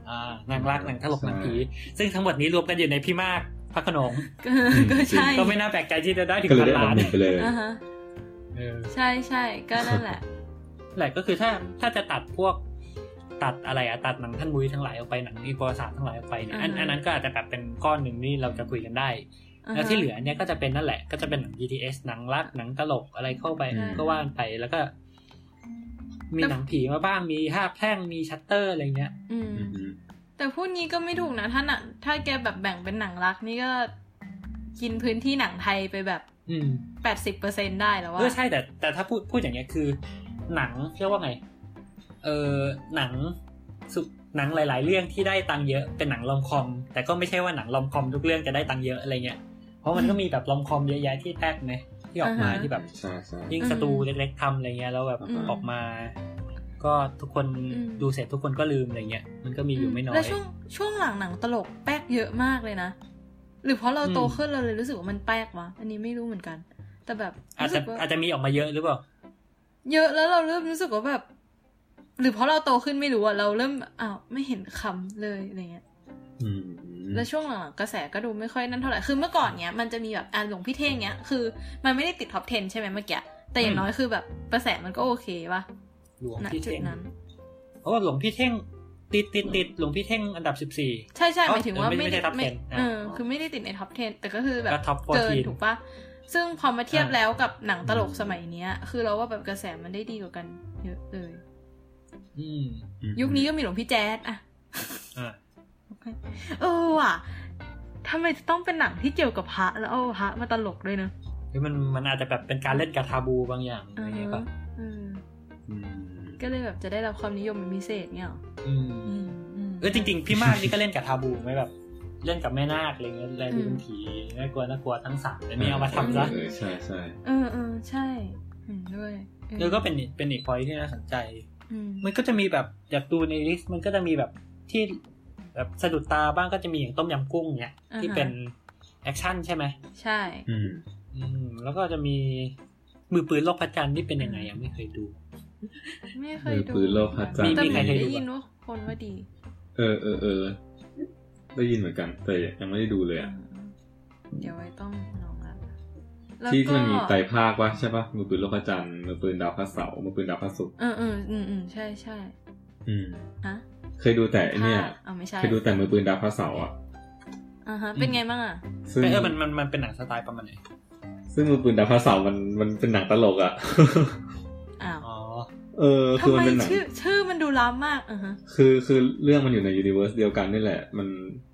A: อ่าหนังรักหนังตลกห
C: ใช่
A: นังผี ซึ่งทั้งหมดนี้รวมกันอยู่ในพี่มากพระโขนง
B: ก็ก็ใช่
A: ก็ไม่น่าแปลกใจที่จะได้ถึง
C: ก็เลย
A: พัน
C: ได้
A: ล้า
C: ลำ
A: น
C: หนึ่งไปเลย
B: อ่าฮะ
A: เออ
B: ใช่ใช่ก็นั่นแหละ
A: แหละก็คือถ้าถ้าจะตัดพวกตัดอะไรอะตัดหนังท่านมุ้ยทั้งหลายออกไปหนังอีปอสามทั้งหลายออกไปเนี่ยอัน
B: อ่าฮะ
A: อันนั้นก็อาจจะแบบเป็นก้อนหนึ่งนี่เราจะคุยกันได้
B: อ่า
A: แล้ว
B: ฮะ
A: ที่เหลือเนี่ยก็จะเป็นนั่นแหละก็จะเป็นหนัง BTS หนังรักหนังตลกอะไรเข้าไป
C: อืม
A: ก็ว่ากันไปแล้วก็ มีหนังผีมาบ้างมีห้าแพร่งมีชัตเตอร์อะไรเงี้ย
B: อืม
C: อืมอืม
B: แต่พูดงี้ก็ไม่ถูกนะ ถ้าหนังถ้าแกแบบแบ่งเป็นหนังรักนี่ก็ กินพื้นที่หนังไทยไปแบบ
A: อืม
B: แปดสิบเปอร์เซ็นได้แล้วว่า
A: เออใช่แต่แต่ถ้าพูดพูดอย่างเงี้ยคือ หนังเรียกว่าไง เออหนังสุหนังหลาย ๆ เรื่องที่ได้ตังค์เยอะเป็นหนังลอมคอม แต่ก็ไม่ใช่ว่าหนังลอมคอมทุกเรื่องจะได้ตังค์เยอะอะไรเงี้ยเพราะมันก็มีแบบลอมคอมเยอะแยะที่แทรกไหมที่ออกมาที่แบบ
C: ใช่ใช่
A: ยิ่งสตูเล็ก ๆทำอะไรเงี้ยแล้วแบบ
C: อืม
A: ออกมา ก็ทุกคนดูเสร็จทุกคนก็ลืมอะไรเงี้ยมันก็มีอยู่ไม่น้อย
B: แล้วช่วงช่วงหลังหนังตลกแป๊กเยอะมากเลยนะ หรือเพราะเราโต
A: อืม
B: ขึ้นเราเลยรู้สึกว่ามันแป๊กวะอันนี้ไม่รู้เหมือนกัน แต่แบบ
A: อาจ
B: รู้
A: จะ
B: สึกว่า
A: อาจจะมีออกมาเยอะหรือเปล่า
B: เยอะแล้วเราเริ่มรู้สึกว่าแบบ หรือเพราะเราโตขึ้นไม่รู้อะเราเริ่มอ้าวไม่เห็นคำเลยอะไรเงี้ย
C: อืม
B: แล้วช่วงหลังๆกระแสก็ดูไม่ค่อยนั่นเท่าไหร่ คือเมื่อก่อนเนี้ยมันจะมีแบบอ่ะหลวงพี่เท่งเนี้ย คือมันไม่ได้ติดท็อป 10 ใช่ไหมเมื่อกี้ แต่อย่าง
A: อืม
B: น้อยคือแบบกระแสมันก็โอเคป่ะ
A: หลวง
B: ณ
A: พี่
B: จุด
A: เท่ง
B: นั้น
A: เพราะว่าหลวงพี่เท่ง ติดติดติดหลวงพี่เท่งอันดับสิบสี่
B: ใช่ใช่
A: เอ้า
B: หมายถึงว่า
A: ไม่
B: ไม่
A: ไม่ใช่
B: ได้
A: top
B: ไม่
A: 10อ่ะ
B: เออคือไม่ได้ติดในท็อป 10 แต่ก็คือแบบ
A: ก็ top 14
B: เกินถูกปะซึ่งพอมาเทียบ
A: อ่า
B: แล้วกับหนังตลกสมัยเนี้ย คือเราว่าแบบกระแสมันได้ดีกว่ากันเยอะเลย
A: อืม
B: ยุคนี้ก็มีหลวงพี่แจ๊ดอะ
A: อ่า
B: เออว่ะทำไมจะต้องเป็นหนังที่เกี่ยวกับพระแล้วเอาพระมาตลกด้วยเนอะ
A: หรือมันมันอาจจะแบบเป็นการเล่นกับทาบูบางอย่างอะไรอย่างเงี้ยป่ะ
B: เออ
C: อืม
B: ก็เลยแบบจะได้รับความนิยมเป็นพิเศษเนี่ยหรอ
A: อืม
B: อืมม
A: เออจริง ๆ พี่มากนี่ก็เล่นกับทาบูไหมแบบ เล่นกับแม่นาคอะไรเงี้ยอะไรที่เป็นผีน่ากลัวน่ากลัวทั้งสามแต่นี่เอามาทำซะ
C: เออใช่ใช่
B: เออเออใช่เห็นด้วยเออ
A: เออก็เป็นอีกเป็นอีกพอยที่น่าสนใจ
B: อืม
A: มันก็จะมีแบบอยากดูในลิสต์มันก็จะมีแบบที่แบบสะดุดตาบ้างก็จะมีอย่างต้มยำกุ้งเนี่ย ที่เป็นแอคชั่นใช่ไหม
B: ใช่
C: อืม
A: อืมแล้วก็จะมีมือปืนโลกพระจันทร์ที่เป็นยังไงยังไม่เคยดู
B: ไม่เค
C: เอย อ
B: ดู
C: ปืนโลกพัดจันทร์
B: แต่
A: มีใครเคยดู
B: ได้ยินว่าคนว่าดี
C: เออเออเออได้ยินเหมือนกัน แต่ยังไม่ได้ดูเลยอะ
B: อืมเดี๋ยวไว้ต้องลองละแล้ว
C: ที่ที่
B: ก็
C: มันมีไตรภาควะใช่ปะมือปืนโลกพระจันทร์มือปืนดาวพระเสาร์มือปืนดาวพระศุกร์
B: เออเอออืมอืมใช่ใช่
C: อืม
B: ฮะ
C: เคยดูแต่ไอ้เนี่ย
B: ถ้าเอาไม่ใช่
C: เคยดูแต่มือปืนดาวพระเสาร์อ่ะ
B: อ่าฮะเป็นไงบ้างอ่ะ
C: ซึ่ง
A: แต่เออมันมันมันเป็นหนังสไตล์ประมาณไหน
C: ซึ่งมือปืนดาวพระเสาร์มันมันเป็นหนังตลกอ่ะ
B: อ้าว
A: อ๋อ
C: เออ คือ
B: ทำ
C: มัน
B: ไม
C: เป็นหนัง
B: ชื่อ ชื่อมันดูล้ำมากอ่าฮะ
C: คือคือเรื่องมันอยู่ในยูนิเวอร์สเดียวกันนี่แหละ มัน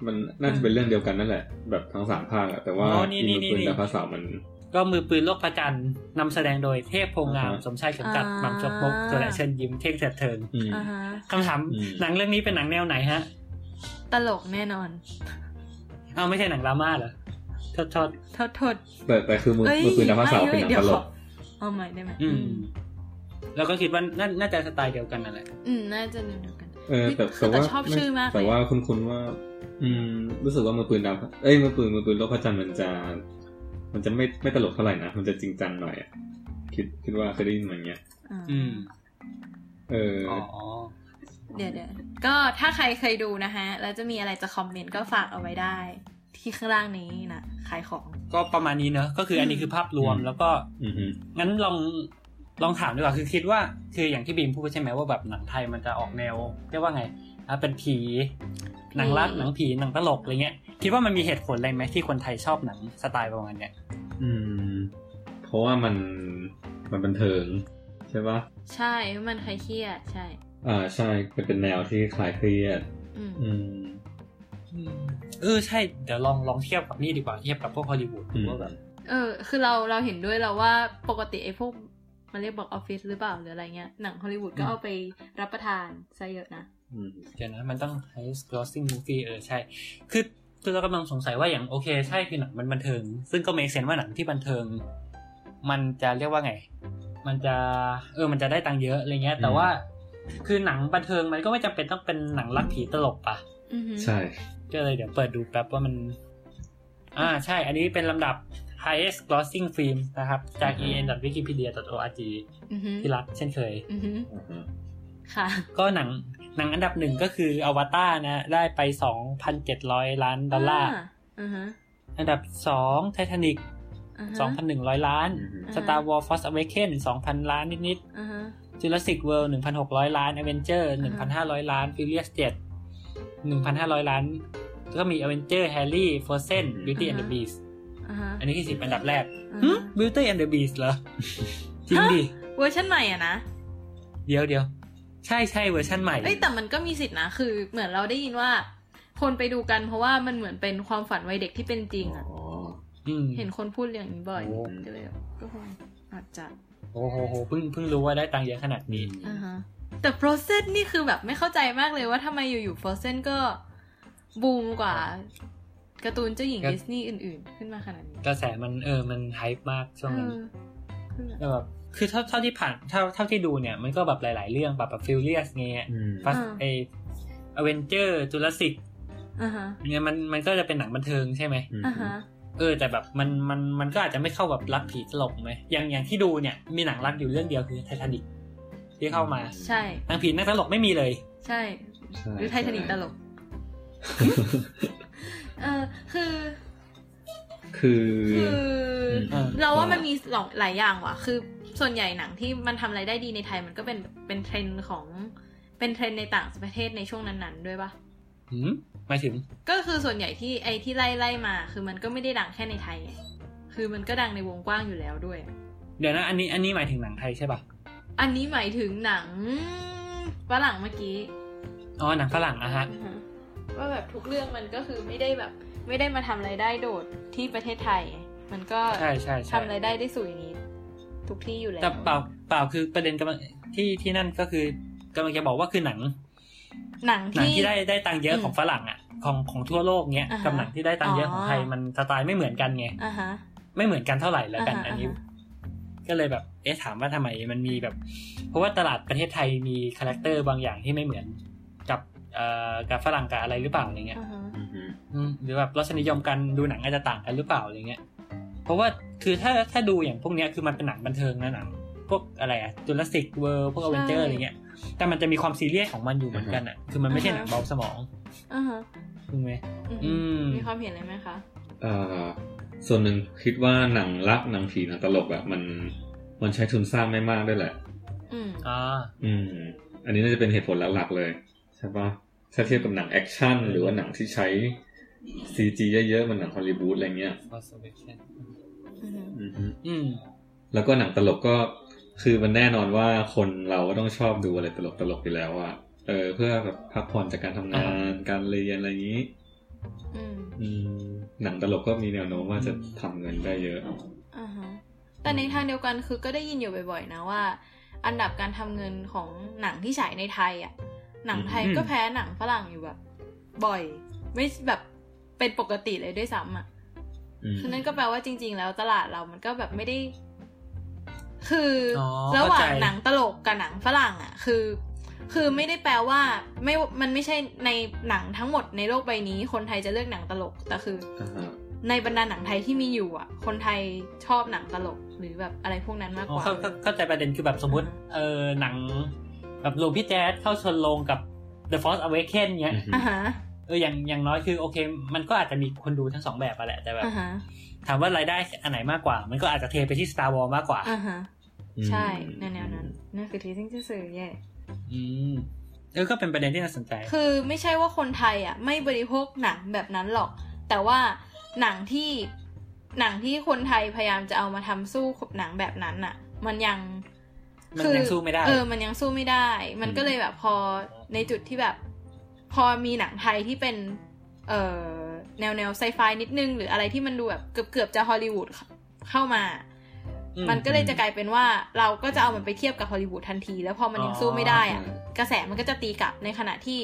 C: มันน่าจะเป็นเรื่องเดียวกันนั่นแหละ แบบทั้งสามภาคอะแต่ว่า
A: อ๋อนี่
C: มื
A: นี่
C: อ
A: นี่
C: ปืน
A: นี่
C: ดาวพระเสาร์มัน
A: ก็มือปืนโลกพระจันทร์นำแสดงโดยเทพโพงงาม
C: อ่าฮะ
A: สมชายเข็มกัด
B: อ่า
A: หมังจกมกตัวแหละเชิญยิ้มเท่งเถิดเทิง
C: อืม
B: อ่าฮะ
A: คำถาม
C: อืม
A: หนังเรื่องนี้เป็นหนังแนวไหนฮะ
B: ตลกแน่นอน
A: เอาไม่ใช่หนังดราม่าเหรอโทษโทษ
B: ทดทด
C: แต่แต่คือมือ
B: เอ้ย
C: มือปืนดาวพระเสาร์
B: ไม่
C: เป็นหนัง
B: ดี๋
C: ต
B: ยว
C: ล
B: ขอก เอาใหม่ได้ไหม
A: อืม แล้วก็คิดว่าน่าน่าจะสไตล์เดียวกันนั่นแหละ
B: อืมน่าจะเดียวกัน
C: เออแต่
B: คื
C: แต่
B: อแต่
C: ว่า
B: ชอบ
C: ไม่
B: ชื่อมากเลย
C: แต่ว่าคุณคุณว่า อืม รู้สึกว่ามือปืนดาวเอ้ยมือปืนมือปืนโลกพระจันทร์มันจะ มันจะไม่ไม่ตลกเท่าไหร่นะมันจะจริงจังหน่อยอะคิดคิดว่าเคยได้ยินมาอย่างเงี้ย
B: อ่า
A: อืม
C: เอออ
A: อ๋อ
B: เดี๋ยวเดี๋ยวก็ถ้าใครเคยดูนะฮะ แล้วจะมีอะไรจะคอมเมนต์ก็ฝากเอาไว้ได้ ที่ข้างล่างนี้นะขายของ
A: ก็ประมาณนี้เนอะก็คืออันนี้คือภาพรวมแล้วก็
C: อือฮึ
A: งั้นลองลองถามดีกว่าคือคิดว่า คืออย่างที่บีมพูดใช่ไหมว่าแบบหนังไทยมันจะออกแนวเรียกว่าไงอ่ะเป็นผี หนังรักหนังผีหนังตลกอะไรเงี้ยคิดว่ามันมีเหตุผลอะไรไหมที่คนไทยชอบหนังสไตล์ประมาณเนี้ย
C: อืม เพราะว่ามันมันบันเทิงใช่ปะ
B: ใช่มันใครเครียดใช่
C: อ่าใช่เป็นเป็นแนวที่คลายเครียด
B: อืม
C: อืม
A: เออใช่เดี๋ยวลองลองเทียบกับนี่ดีกว่าเทียบกับพวกฮอลลีวูด
C: อืม
A: ว่าแบบ
B: เออ คือเราเราเห็นด้วยเราว่าปกติไอ้พวกมันเรียกบอกออฟฟิศหรือเปล่าหรืออะไรเงี้ยหนังฮอลลีวูดก็เอาไปรับประทานซะเยอะนะ
C: อืม
A: เดี๋ยวนะมันต้อง highest grossing movie เออใช่ คือคือเรากำลังสงสัยว่าอย่างโอเคใช่คือหนังมันบันเทิง ซึ่งก็ make sense ว่าหนังที่บันเทิง มันจะเรียกว่าไง มันจะเออ มันจะได้ตังค์เยอะอะไรเงี้ย แต่
C: อืม
A: ว่า คือหนังบันเทิงมันก็ไม่จำเป็นต้องเป็นหนังรักผีตลกปะ
B: อือหือ
C: ใช่
A: ก็เลยเดี๋ยวเปิดดูแป๊บว่ามัน อ่าใช่ อันนี้เป็นลำดับ highest grossing film นะครับ จาก
C: อืม
A: en.wikipedia.org
B: อือหือ
A: ที่รักเช่นเคย
B: อือหือ
C: อ่าฮะ
B: ค่ะ
A: ก็หนังหนังอันดับหนึ่งก็คืออวตารนะ ได้ไป 2,700 ล้านดอลลาร์
B: อ่าฮะ
A: อันดับสองไททานิก
B: อ่าฮะ
A: 2,100 ล้าน
C: อืม
B: อ่า
A: Star Wars Force Awakens 2,000 ล้านนิดๆ
B: อ่าฮะ
A: จูราสสิกเวิลด์หนึ่งพันหกร้อยล้านอเวนเจอร์ห
B: อ่
A: นึ่งพันา ห้าร้อยล้านฟิลเลียสเจ็ดหนึ่งพันห้าร้อยล้าน แล้วก็มีอเวนเจอร์แฮร์รี่ฟอร์เซนบิวตี้แอนด์เดอะบีส
B: อ่าฮะ
A: อันนี้คือสิบอันดับแรก
B: อ่า
A: หึ
B: ฮะ
A: บิวตี้แอนด์เดอะบีสเหรอ จริงดิ
B: เวอร์ชันใหม่อ่ะนะ
A: เดี๋ยวเดี๋ยวใช่ใช่เวอร์ชั่นใหม่
B: เอ้ยแต่มันก็มีสิทธินะ คือเหมือนเราได้ยินว่า คนไปดูกันเพราะว่ามันเหมือนเป็นความฝันวัยเด็กที่เป็นจริงอะ
C: อ๋อ
A: อืม
B: เห็นคนพูดอย่างนี้บ่อย
A: โอ้
B: ก็เลยแบบก็คงอาจจะ
A: โอ้โหโหเพิ่งเพิ่งรู้ว่าได้ตังค์เยอะขนาดนี้
B: อ่าฮะแต่ f r o z e n นี่คือแบบไม่เข้าใจมากเลยว่าทำไมอยู่ๆ f r o z e n ก็บูมกว่าการ์ตูนเจ้าหญิง
A: ครับ
B: ดิสนีย์อื่นๆ ขึ้นมาขนาดนี้
A: กระแสมันเออมันไฮป์มากช่วง
B: เอ
A: นั้น
B: อคือแบบ
A: เออแบบคือเท่าเท่าที่ผ่านเท่าเท่าที่ดูเนี่ยมันก็แบบหลาย ๆ เรื่องแบบแบบฟิลเลียสเงี้ย
C: อืม
A: ฟัส
B: อ่า
A: เออเวนเจอร์จูราสสิก
B: อ่าฮะ
A: เนี่ยมันมันก็จะเป็นหนังบันเทิงใช่ไหม
C: อืม
B: อ่าฮะ
A: เออแต่แบบมันมันมันก็อาจจะไม่เข้าแบบรักผีตลกไหมอย่างอย่างที่ดูเนี่ยมีหนังรักอยู่เรื่องเดียวคือไททานิกที่เข้ามา
B: ใช่
A: หนังผีหนังตลกไม่มีเลย
B: ใช่
C: ใช่
B: หรือไททานิกตลก เออคือ
C: คือ
B: คืออ
C: ม
B: เราว่ามันมีหลายหลายอย่างว่ะ คือส่วนใหญ่หนังที่มันทำรายได้ดีในไทยมันก็เป็นเป็นเทรนด์ของ เป็นเทรนด์ในต่างประเทศในช่วงนั้นๆ ด้วยปะ
A: หืมหมายถึง
B: ก็คือส่วนใหญ่ที่ไอที่ไล่ไล่มา คือมันก็ไม่ได้ดังแค่ในไทยไงคือมันก็ดังในวงกว้างอยู่แล้วด้วย
A: เดี๋ยวนะ อันนี้อันนี้หมายถึงหนังไทยใช่ป่ะ
B: อันนี้หมายถึงหนังฝรั่งเมื่อกี้
A: อ๋อ หนังฝรั่งอะฮะ
B: ว่าแบบทุกเรื่องมันก็คือไม่ได้แบบ ไม่ได้มาทำไรายได้โดดที่ประเทศไทย มันก็
A: ใช่ใช่ใช่
B: ทำไรายได้ได้สูงอย่างนี้ ทุกที่อยู่แล้ว
A: แต่เปล่าเปล่าคือประเด็นกำลังที่ที่นั่นก็คือกำลังจะบอกว่าคือหนัง
B: หนัง
A: หนัง
B: ที่
A: ที่ได้ได้ตังค์เยอะ
B: อืม
A: ของฝรั่งอ่ะของของทั่วโลกเนี้ย
B: อ่าฮะ
A: กับหนังที่ได้ตังค์เยอะของไทย
B: อ๋อ
A: มันสไตล์ไม่เหมือนกันไง
B: อ่าฮะ
A: ไม่เหมือนกันเท่าไหร่แล้วกัน
B: อ่าฮะ
A: อันนี้
B: อ่าฮ
A: ก็เลยแบบเอ๊ะถามว่าทำไมมันมีแบบ เพราะว่าตลาดประเทศไทยมีคาแรคเตอร์บางอย่างที่ไม่เหมือนกับเอ่อกับฝรั่งกับอะไรหรือเปล่าอะไรเงี้ย
B: อ่าฮะ
C: อือฮึ
A: อืมหรือแบบรสนิยมการดูหนังอาจจะต่างกันหรือเปล่าอะไรเงี้ย เพราะว่าคือถ้าถ้าดูอย่างพวกเนี้ยคือมันเป็นหนังบันเทิงนะหนังพวกอะไรอะจูราสสิกเวิร์พวกอเวนเจอร์
B: ใช่
A: อะไรเงี้ย แต่มันจะมีความซีเรียสของมันอยู่เหมือนกันอ่ะ คือมันไม่ใช่หนังเบาสมอง
B: อ่าฮะ
A: ถูกไหม อืม
B: มีความเห็นอะไรไหมคะ
C: เอ่อส่วนหนึ่งคิดว่าหนังรักหนังผีหนังตลกอะมันมันใช้ทุนสร้างไม่มากด้วยแหละ
B: อืม
A: อ่า
C: อืม อันนี้น่าจะเป็นเหตุผลหลักๆเลย ใช่ปะถ้าเทียบกับหนังแอคชั่นหรือว่าหนังที่ใช้ซีจีเยอะๆเหมันหนังฮอลลีวูดอะไรเงี้ย
A: Force Awakens
B: อือฮึ
C: อือฮึ
A: อืม
C: แล้วก็หนังตลกก็คือมันแน่นอนว่าคนเราก็ต้องชอบดูอะไรตลกๆอยู่แล้วอะเออ เพื่อแบบพักผ่อนจากการทำงานการเรียนอะไรอย่างนี้
B: อืม
C: อืม หนังตลกก็มีแนวโน้มว่าจะทำเงินได้เยอะ
B: อ่าฮะแต่ในทางเดียวกันคือก็ได้ยินอยู่บ่อยๆนะว่า อันดับการทำเงินของหนังที่ฉายในไทยอ่ะ หนังไทย
A: อืม
B: ก็แพ้หนังฝรั่งอยู่แบบ บ่อย ไม่แบบเป็นปกติเลยด้วยซ้ำอ่ะ
C: อืม
B: ฉะนั้นก็แปลว่าจริง ๆ แล้วตลาดเรามันก็แบบไม่ได้ คืออ
A: อ
B: ระหว่าง
A: เข้าใจ
B: หนังตลกกับหนังฝรั่งอ่ะ คือ คือไม่ได้แปลว่า ไม่มันไม่ใช่ในหนังทั้งหมดในโลกใบนี้ คนไทยจะเลือกหนังตลกแต่คือ
C: อ่าฮะ
B: ในบรรดาหนังไทยที่มีอยู่อ่ะ คนไทยชอบหนังตลกหรือแบบอะไรพวกนั้นมาก
A: อ๋
B: ก
A: อ
B: ว่า
A: เข้าเข้าเข้าใจประเด็นคือแบบสมมติ เออหนัง แบบหลวงพี่แจ๊ดเข้าชนโรงกับ The Force Awakens เนี้ย
C: อือฮึ
B: อ่าฮะ
A: เอออย่างอย่างน้อยคือโอเค มันก็อาจจะมีคนดูทั้งสองแบบอะแหละ แต่แบบ
B: อ่าฮะ
A: ถามว่ารายได้อันไหนมากกว่า มันก็อาจจะเทไปที่ Star Wars มากกว่า
B: อ่าฮะ ใช่แนวแนวๆนั้น
C: อืม
B: นั่นคือที่ซึ่งจะสื่อแย่
A: อืมเออก็เป็นประเด็นที่น่าสนใจ
B: คือไม่ใช่ว่าคนไทยอ่ะ ไม่บริโภคหนังแบบนั้นหรอก แต่ว่าหนังที่หนังที่คนไทยพยายามจะเอามาทำสู้กับหนังแบบนั้นอ่ะ มันยัง
A: มัน
B: คือ
A: ยังสู้ไม่ได้
B: เออ มันยังสู้ไม่ได้ มันก็เลยแบบพอในจุดที่แบบ พอมีหนังไทยที่เป็น เอ่อแนวแนวไซไฟนิดนึง หรืออะไรที่มันดูแบบเกือบเกือบจะฮอลลีวูดเข้ามา
A: อืม
B: มันก็เลยจะกลายเป็นว่าเราก็จะเอามันไปเทียบกับฮอลลีวูดทันที แล้วพอมันยังสู้ไม่ได้อะกระแสมันก็จะตีกลับในขณะที่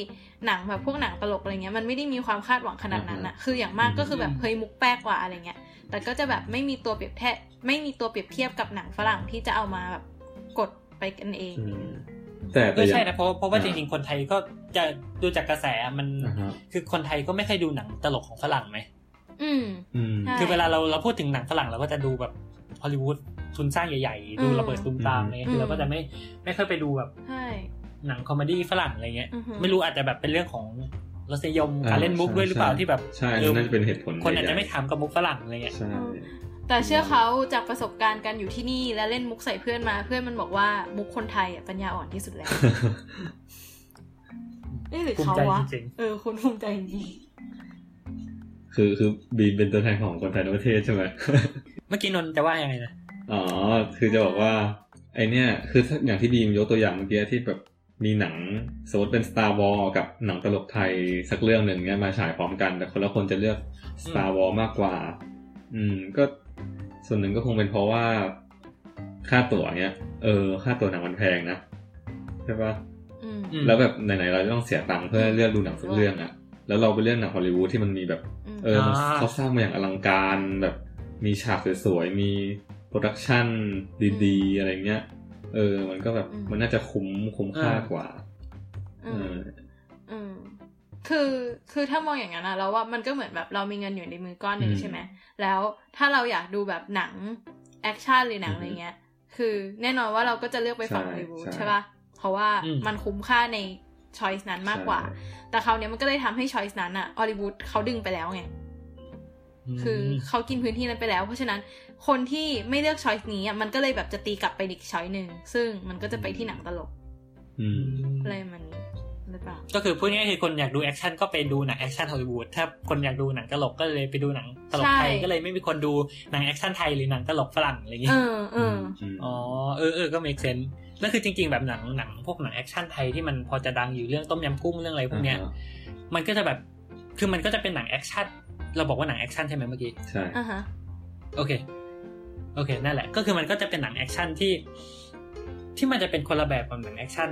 B: หนังแบบพวกหนังตลกอะไรเงี้ยมันไม่ได้มีความคาดหวังขนาดนั้นอะคืออย่างมากก็คือแบบเฮ้ยมุกแป๊กว่าอะไรเงี้ย แต่ก็จะแบบไม่มีตัวเปรียบเทียบไม่มีตัวเปรียบเทียบกับหนังฝรั่งที่จะเอามาแบบกดไปกันเอง
C: อืมแต่
A: เอ
C: แต่
A: อ
C: ยัง
A: ใช่นะเพราะเพราะว่าจริงๆ คนไทยก็จะดูจากกระแสมัน
C: อ่าฮะ
A: คือคนไทยก็ไม่เคยดูหนังตลกของฝรั่งไหม
B: อืม
C: อืม
B: ใช่
A: คือเวลาเราเราพูดถึงหนังฝรั่งเราก็จะดูแบบฮอลลีวูดทุนสร้างใหญ่ๆ ดู
B: อืม
A: ระเบิดตูมตามอะไรเลย
B: อืม
A: คือเราก็จะไม่ไม่ค่อยไปดูแบบ
B: ใช่
A: หนังคอมเมดี้ฝรั่งอะไรเงี้ย
B: อือฮึ
A: ไม่รู้อาจจะแบบเป็นเรื่องของรสนิยม
C: อ่า
A: การเล่นมุกด้วยหรือเปล่า
C: ใช่
A: ที่แบบ
C: ใช่อัน
A: เอ
C: นี้
A: อ
C: น่าจะเป็นเหตุผล
A: คนอาจจะไม่
C: ใหญ่
A: ถามกับมุกฝรั่งอะไรเงี้ย
C: ใช่
B: แต่เชื่อเขาจากประสบการณ์การอยู่ที่นี่และเล่นมุกใส่เพื่อนมาเพื่อนมันบอกว่ามุกคนไทยอ่ะปัญญาอ่อนที่สุดแล้วนี่หรือ
A: ภูมิ
B: เขา
A: ใจ
B: วะ
A: จริง
B: เออคุณภูมิใจจริง
C: คือคือบีมเป็นตัวแทนของคนไทยทั้งประเทศใช่ไหม
A: ๆเมื่อกี้นนท์จะว่ายังไงนะ
C: อ๋อ คือจะบอกว่า ไอเนี่ย คืออย่างที่บีมยกตัวอย่างเมื่อกี้ที่แบบมีหนังสมมติเป็น Star War กับหนังตลกไทยสักเรื่องหนึ่งเนี่ยมาฉายพร้อมกัน แต่คนละคนจะเลือก Star War มากกว่า อืม ก็ส่วนหนึ่งก็คงเป็นเพราะว่าค่าตั๋วเนี่ยเออ ค่าตั๋วหนังมันแพงนะใช่ปะ
B: ๆอืม
A: อืม
C: แล้วแบบไหนๆเราจะต้องเสียตังค์เพื่อเลือกดูหนังสักเรื่องอะแล้วเราไปเลือกหนังฮอลลีวูดที่มันมีแบบ
B: ม
C: เออมันเขาสร้างมาอย่างอลังการแบบมีฉากสวยๆ มีโปรดักชันดีๆ อะไรเงี้ย เออ มันก็แบบมันน่าจะคุ้มคุ้มค่ากว่า เอ
B: ม
C: อ
B: อืมคือคือถ้ามองอย่างนั้นอะเราว่ามันก็เหมือนแบบเรามีเงินอยู่ในมือก้อนหนึ่ง
C: อืม
B: ใช่ไหมแล้วถ้าเราอยากดูแบบหนังแอคชั่นหรือหนัง
C: อือฮึ
B: อะไรเงี้ย คือแน่นอนว่าเราก็จะเลือกไปฝั่ง
C: ใช่
B: ฮอลลีวูด
C: ใช่
B: ใช่ป่ะเพราะว่ามันคุ้มค่าในช้อยส์นั้นมากกว่า แต่คราวเนี้ยมันก็เลยทำให้ช้อยส์นั้นอะฮอลลีวูดเขาดึงไปแล้วไง
A: ม
B: คือเขากินพื้นที่นั้นไปแล้ว เพราะฉะนั้นคนที่ไม่เลือกช้อยส์นี้อ่ะมันก็เลยแบบจะตีกลับไปอีกช้อยหนึ่งซึ่งมันก็จะไปที่หนังตลก
C: อืม
B: อะไรมันนี้หรือเปล่า
A: ก็คือพูดง่ายๆคือคนอยากดูแอคชั่นก็ไปดูหนังแอคชั่นฮอลลีวูดถ้าคนอยากดูหนังตลกก็เลยไปดูหนังตลกไทยก็เลยไม่มีคนดูหนังแอคชั่นไทยหรือหนังตลกฝรั่งอะไรอย่างเงี้
B: เอย อเออ
A: อ๋อเออเออก็ make sense แล้วคือจริง ๆ แบบหนังหนังพวกหนังแอคชั่นไทยที่มันพอจะดังอยู่เรื่องต้มยำกุ้งเรื่องอะไรพวกเนี้ย
C: อ่าฮะ
A: มันก็จะแบบคือมันก็จะเป็นหนังแอคชั่นเราบอกว่าหนังแอคชั่นใช่ไหมเมื่อกี้
C: ใช่
B: อ่ะฮะ
A: โอเค โอเค นั่นแหละ ก็คือมันก็จะเป็นหนังแอคชั่นที่ ที่มันจะเป็นคนละแบบกับหนังแอคชั่น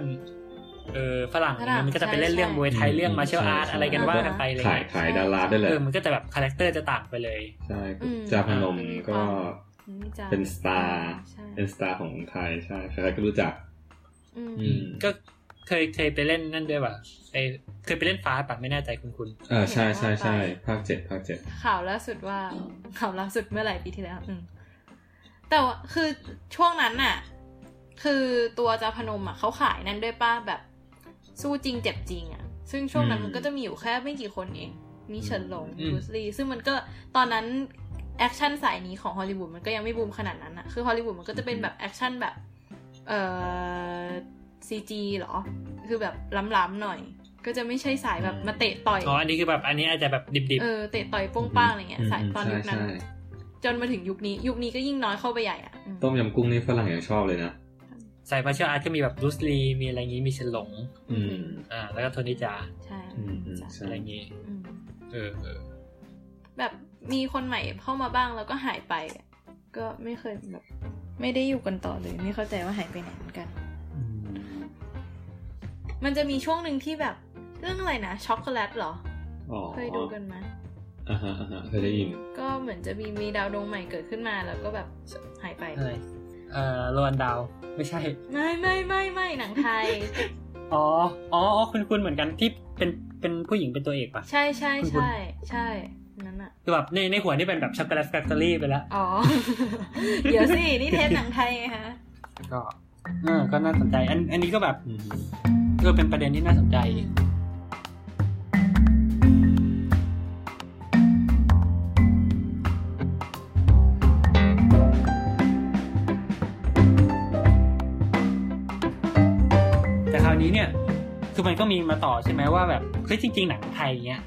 A: เออฝรั่ง
B: ฝรั่ง
A: มันก็จะไปเล่น
B: ใช่
A: เรื่องมวยไทยเรื่องมาเช a ลอาร์ตอะไรกันว่ากันไปอะไร
C: ขาย
A: เงี้ย
C: ขายดาราได้วยแหละ
A: เออ มันก็จะแบบคาแรคเตอร์จะต่างไปเลย
C: ใช่
B: อืม
C: จาพนมก็
B: นี่จะ
C: เป็นสตาร์
B: ใช่
C: เป็นสตาร์ของไทยใช่ใครๆก็รู้จัก
B: อืม
C: อืม
A: ก็เคยเคยไปเล่นนั่นด้วยป่ะไปเคยไปเล่นฟ้าป่ะไม่แน่ใจคุณคุณ
C: เอ่าใช่ใช่ใช่ภาคเจ็ดภาคเจ็ด
B: ข่าวล่าสุดว่าข่าวล่าสุดเมื่อหลายปีที่แล้ว อืมแต่ว่าคือช่วงนั้นน่ะ คือตัวจาพนมอ่ะเขาขายนั่นด้วยป้าแบบสู้จริงเจ็บจริงอ่ะ ซึ่งช่วงนั้นมันก็จะมีอยู่แค่ไม่กี่คนเอง มีเฉินหลง
A: อืม
B: บรูซลีซึ่งมันก็ตอนนั้นแอคชั่นสายนี้ของฮอลลีวูดมันก็ยังไม่บูมขนาดนั้นอ่ะ คือฮอลลีวูดมันก็จะเป็นแบบแอคชั่นแบบ เอ่อซีจีหรอ คือแบบล้ำๆหน่อย ก็จะไม่ใช่สายแบบมาเตะต่อย
A: อ๋ออันนี้คือแบบอันนี้อาจจะแบบดิบ
B: เออเตะต่อยโป้งป้างอะไรเงี้ยสายตอน
C: ใช่
B: ยุคนั้น
C: ใช่
B: จนมาถึงยุคนี้ยุคนี้ก็ยิ่งน้อยเข้าไปใหญ่อ่ะอืม
C: ต้มยำกุ้งนี่ฝรั่งยังชอบเลยนะ
A: ๆ ใส่มาเช a ลอาร์ตก็มีแบบบรูซลีมีอะไรอย่างงี้มีเฉนหลง
C: อืม
A: อ่า แล้วก็โทนิจา
B: ใช่
C: อืมอืม
B: จ้ะ
C: ใช่
A: อะไรอย่างงี้
B: อืม
A: เออเออ
B: แบบมีคนใหม่เข้ามาบ้างแล้วก็หายไปอะก็ไม่เคยแบบไม่ได้อยู่กันต่อเลย ไม่เข้าใจว่าหายไปไหนเหมือนกัน มันจะมีช่วงหนึ่งที่แบบเรื่องอะไรนะช็อกโกแลตเหรอ
C: อ๋อ
B: เคยดูกันไหม
C: อ่าฮะอ่าฮะเคยได้ยิน
B: ก็เหมือนจะมีมีดาวดวงใหม่เกิดขึ้นมาแล้วก็แบบหายไป
A: อะไรเอ่อโรนดาว ไม่ใช่
B: ไม่ไม่ไม่ไม่หนังไทย
A: อ๋อ อ๋ออ๋อคุณคุณเหมือนกันที่เป็นเป็นผู้หญิงเป็นตัวเอกปะ
B: ใช่ใช่ใช่ใช่นั่นอะ
A: คือแบบในในหัวนี่เป็นแบบช็อกโกแลตแฟคทอรี่ไปแล้ว
B: อ๋ อ เดี๋ยวสิ นี่เทปหนังไทยไงฮะ
A: ก็เออก็น่าสนใจ อันอันนี้ก็แบบ
C: อืม
A: เออเป็นประเด็นที่น่าสนใจ แต่คราวนี้เนี่ย คือมันก็มีมาต่อใช่ไหมว่าแบบเฮ้ยจริง ๆ หนังไทยเนี้ย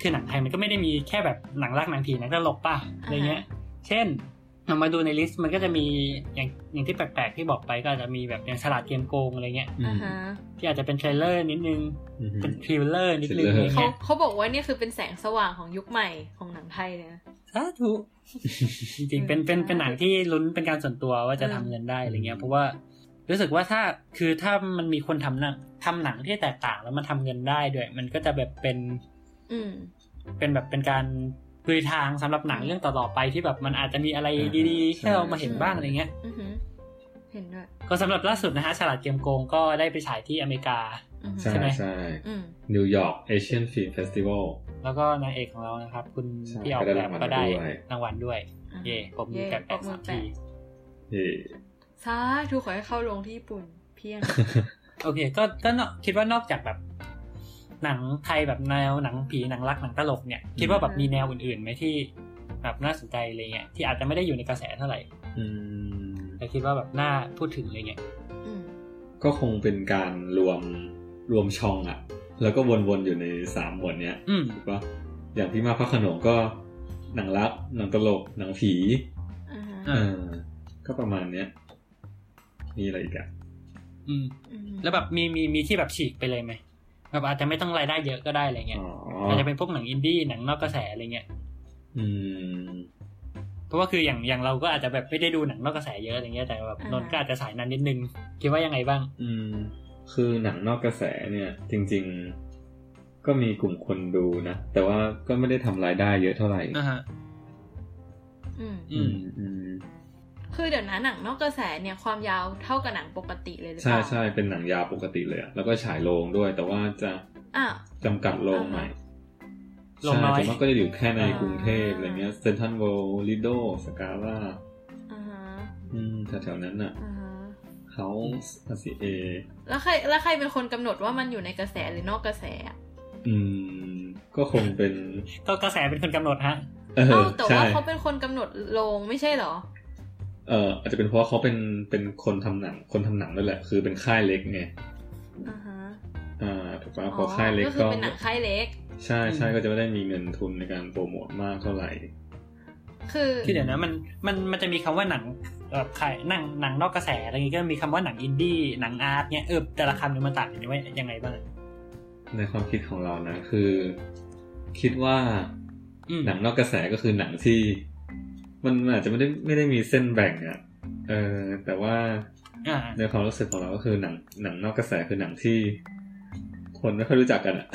A: คือหนังไทยมันก็ไม่ได้มีแค่แบบหนังรักหนังผีหนังตลกป่ะอะไรเงี้ย เช่นเอามาดูในลิสต์มันก็จะมีอย่างอย่างที่แปลกๆที่บอกไปก็อาจจะมีแบบอย่างฉลาดเกมโกงอะไรเงี้ย
C: อื
B: อ่าม ฮะ
A: ที่อาจจะเป็นเทรลเลอร์นิดนึง
C: อืม
A: เป็นทริลเลอร์นิดนึง
C: ทริลเลอร์
A: อะไร
B: เขา
A: เงี้ย
B: เขาบอกว่าเนี่ยคือเป็นแสงสว่างของยุคใหม่ของหนังไทยเลยนะ
A: สาธุจริงๆเป็นเป็นเป็นหนังที่ลุ้นเป็นการส่วนตัวว่าจะทำเงินได้อะไรเงี้ย เพราะว่ารู้สึกว่าถ้าคือถ้ามันมีคนทำหนังทำหนังที่แตกต่างแล้วมันทำเงินได้ด้วย มันก็จะแบบเป็น
B: อืม
A: เป็นแบบเป็นการคุยทางสำหรับหนังเรื่องต่อๆไปที่แบบมันอาจจะมีอะไรดีๆให้เรามาเห็นบ้างอะไรเงี้ย
B: อือหือเห็นด้วย
A: ก็สำหรับล่าสุดนะฮะฉลาดเกมโกงก็ได้ไปฉายที่อเมริกา
B: อือหือ
C: ใช่
A: ใช่ไหม
C: ใช่
B: อืม
C: นิวยอร์กเอเชียนฟิล์มเฟสติวัล
A: แล้วก็นางเอกของเรานะครับ คุณ
C: ใช่
A: ที่ออกแบบ
C: ก็
A: ก็
C: ได้
A: ได้ราร
C: าง งวั
A: วัล
C: ลด้
A: ด้ว
C: วย ย
B: อ่ะ
A: เย่ผมมีแปะแปะ
B: เย่ปร
A: สา
B: บมือ
A: มที
C: เย่
B: สาธุขอให้เข้าลงที่ญี่ปุ่น เพียง
A: โอเค ก็ก็เนอะคิดว่านอกจากแบบ หนังไทยแบบแนวหนังผีหนังรักหนังตลกเนี่ย คิดว่าแบบมีแนวอื่นๆไหมที่แบบน่าสนใจอะไรเงี้ยที่อาจจะไม่ได้อยู่ในกระแสเท่าไหร่
C: อืม
A: แต่คิดว่าแบบน่าพูดถึงอะไรเงี้ย
B: อืม
C: ก็คงเป็นการรวมรวมช่องอะแล้วก็วนๆอยู่ในสามหมวดเนี้ย
A: อืม
C: ถูกปะอย่างพี่มาพระโขนงก็หนังรักหนังตลกหนังผี
B: อ่าฮะ
A: อ่ะ
C: เออก็ประมาณเนี้ยมีอะไรอีกอะ
A: อืม
B: อืม
A: แล้วแบบมีมีมีที่แบบฉีกไปเลยไหมแบบอาจจะไม่ต้องรายได้เยอะก็ได้อะไรเงี้ย
C: อ๋อ
A: อาจจะเป็นพวกหนังอินดี้หนังนอกกระแสอะไรเงี้ย
C: อืม
A: เพราะว่าคืออย่างอย่างเราก็อาจจะแบบไม่ได้ดูหนังนอกกระแสเยอะอะไรเงี้ยแต่แบบนนท์ก็อาจจะสายนั้นนิดนึง คิดว่ายังไงบ้าง
C: อืม คือหนังนอกกระแสเนี่ย จริง ๆ ก็มีกลุ่มคนดูนะแต่ว่าก็ไม่ได้ทำรายได้เยอะเท่าไหร่
A: อ่าฮะ
B: อืม
A: อืม
C: อืม
B: คือเดี๋ยวนะหนังนอกกระแสเนี่ยความยาวเท่ากับหนังปกติเลยหรือเป
C: ใช่
B: ล่า
C: ใช่เป็นหนังยาวปกติเลยอะแล้วก็ฉายโรงด้วย แต่ว่าจะ
B: อ่ะ
C: จำกัดโรงใหม่
A: โรง
C: ใช่
A: น้อย
C: แต่ว่าก็จะอยู่แค่ใน
B: อ่าก
C: รุงเทพอะไรเงี้ยเซนทันโวลิโดสกาล่า
B: อ่าฮะ
C: แถวๆนั้นน่ะ
B: อ่าฮะ
C: เขาอาซีเอ
B: แล้วใครแล้วใครเป็นคนกำหนดว่ามันอยู่ในกระแสหรือนอกกระแสอะ
C: อืม ก็คงเป็น
A: ก็กระแสเป็นคนกำหนดฮะ
C: เอ
B: เอ้า
C: อ
B: แต่
C: ใช่
B: ว่าเขาเป็นคนกำหนดโรงไม่ใช่เหรอ
C: เอออาจจะเป็นเพราะเขาเป็นเป็นคนทำหนังคนทำหนังด้วยแหละ คือเป็นค่ายเล็กไง
B: อ่าฮะ
C: อ่าถูกปะ
B: อ๋
C: พอ
B: อ
C: ค่ายเล็ก
B: ก็คือ
C: ก็
B: เป็นหนังค่ายเล็ก
C: ใช่ใช่ก็จะไม่ได้มีเงินทุนในการโปรโมทมากเท่าไหร่
B: คือ
A: คือเดี๋ยวนะมันมันมันจะมีคำว่าหนังแบบขายหนังหนังนอกกระแสอะไรอย่างงี้ก็มีคำว่าหนังอินดี้หนังอาร์ตเนี่ยเออแต่ละคำเนี่ยมันต่างกันไว้ยังไงบ้าง
C: ในความคิดของเรานะคือ คิดว่า
A: อืม
C: หนังนอกกระแสก็คือหนังที่ มันมันอาจจะไม่ได้ไม่ได้มีเส้นแบ่งอะเออแต่ว่า
A: อ่า
C: ในความรู้สึกของเราก็คือหนังหนังนอกกระแสคือหนังที่ คนไม่ค่อยรู้จักกันอะ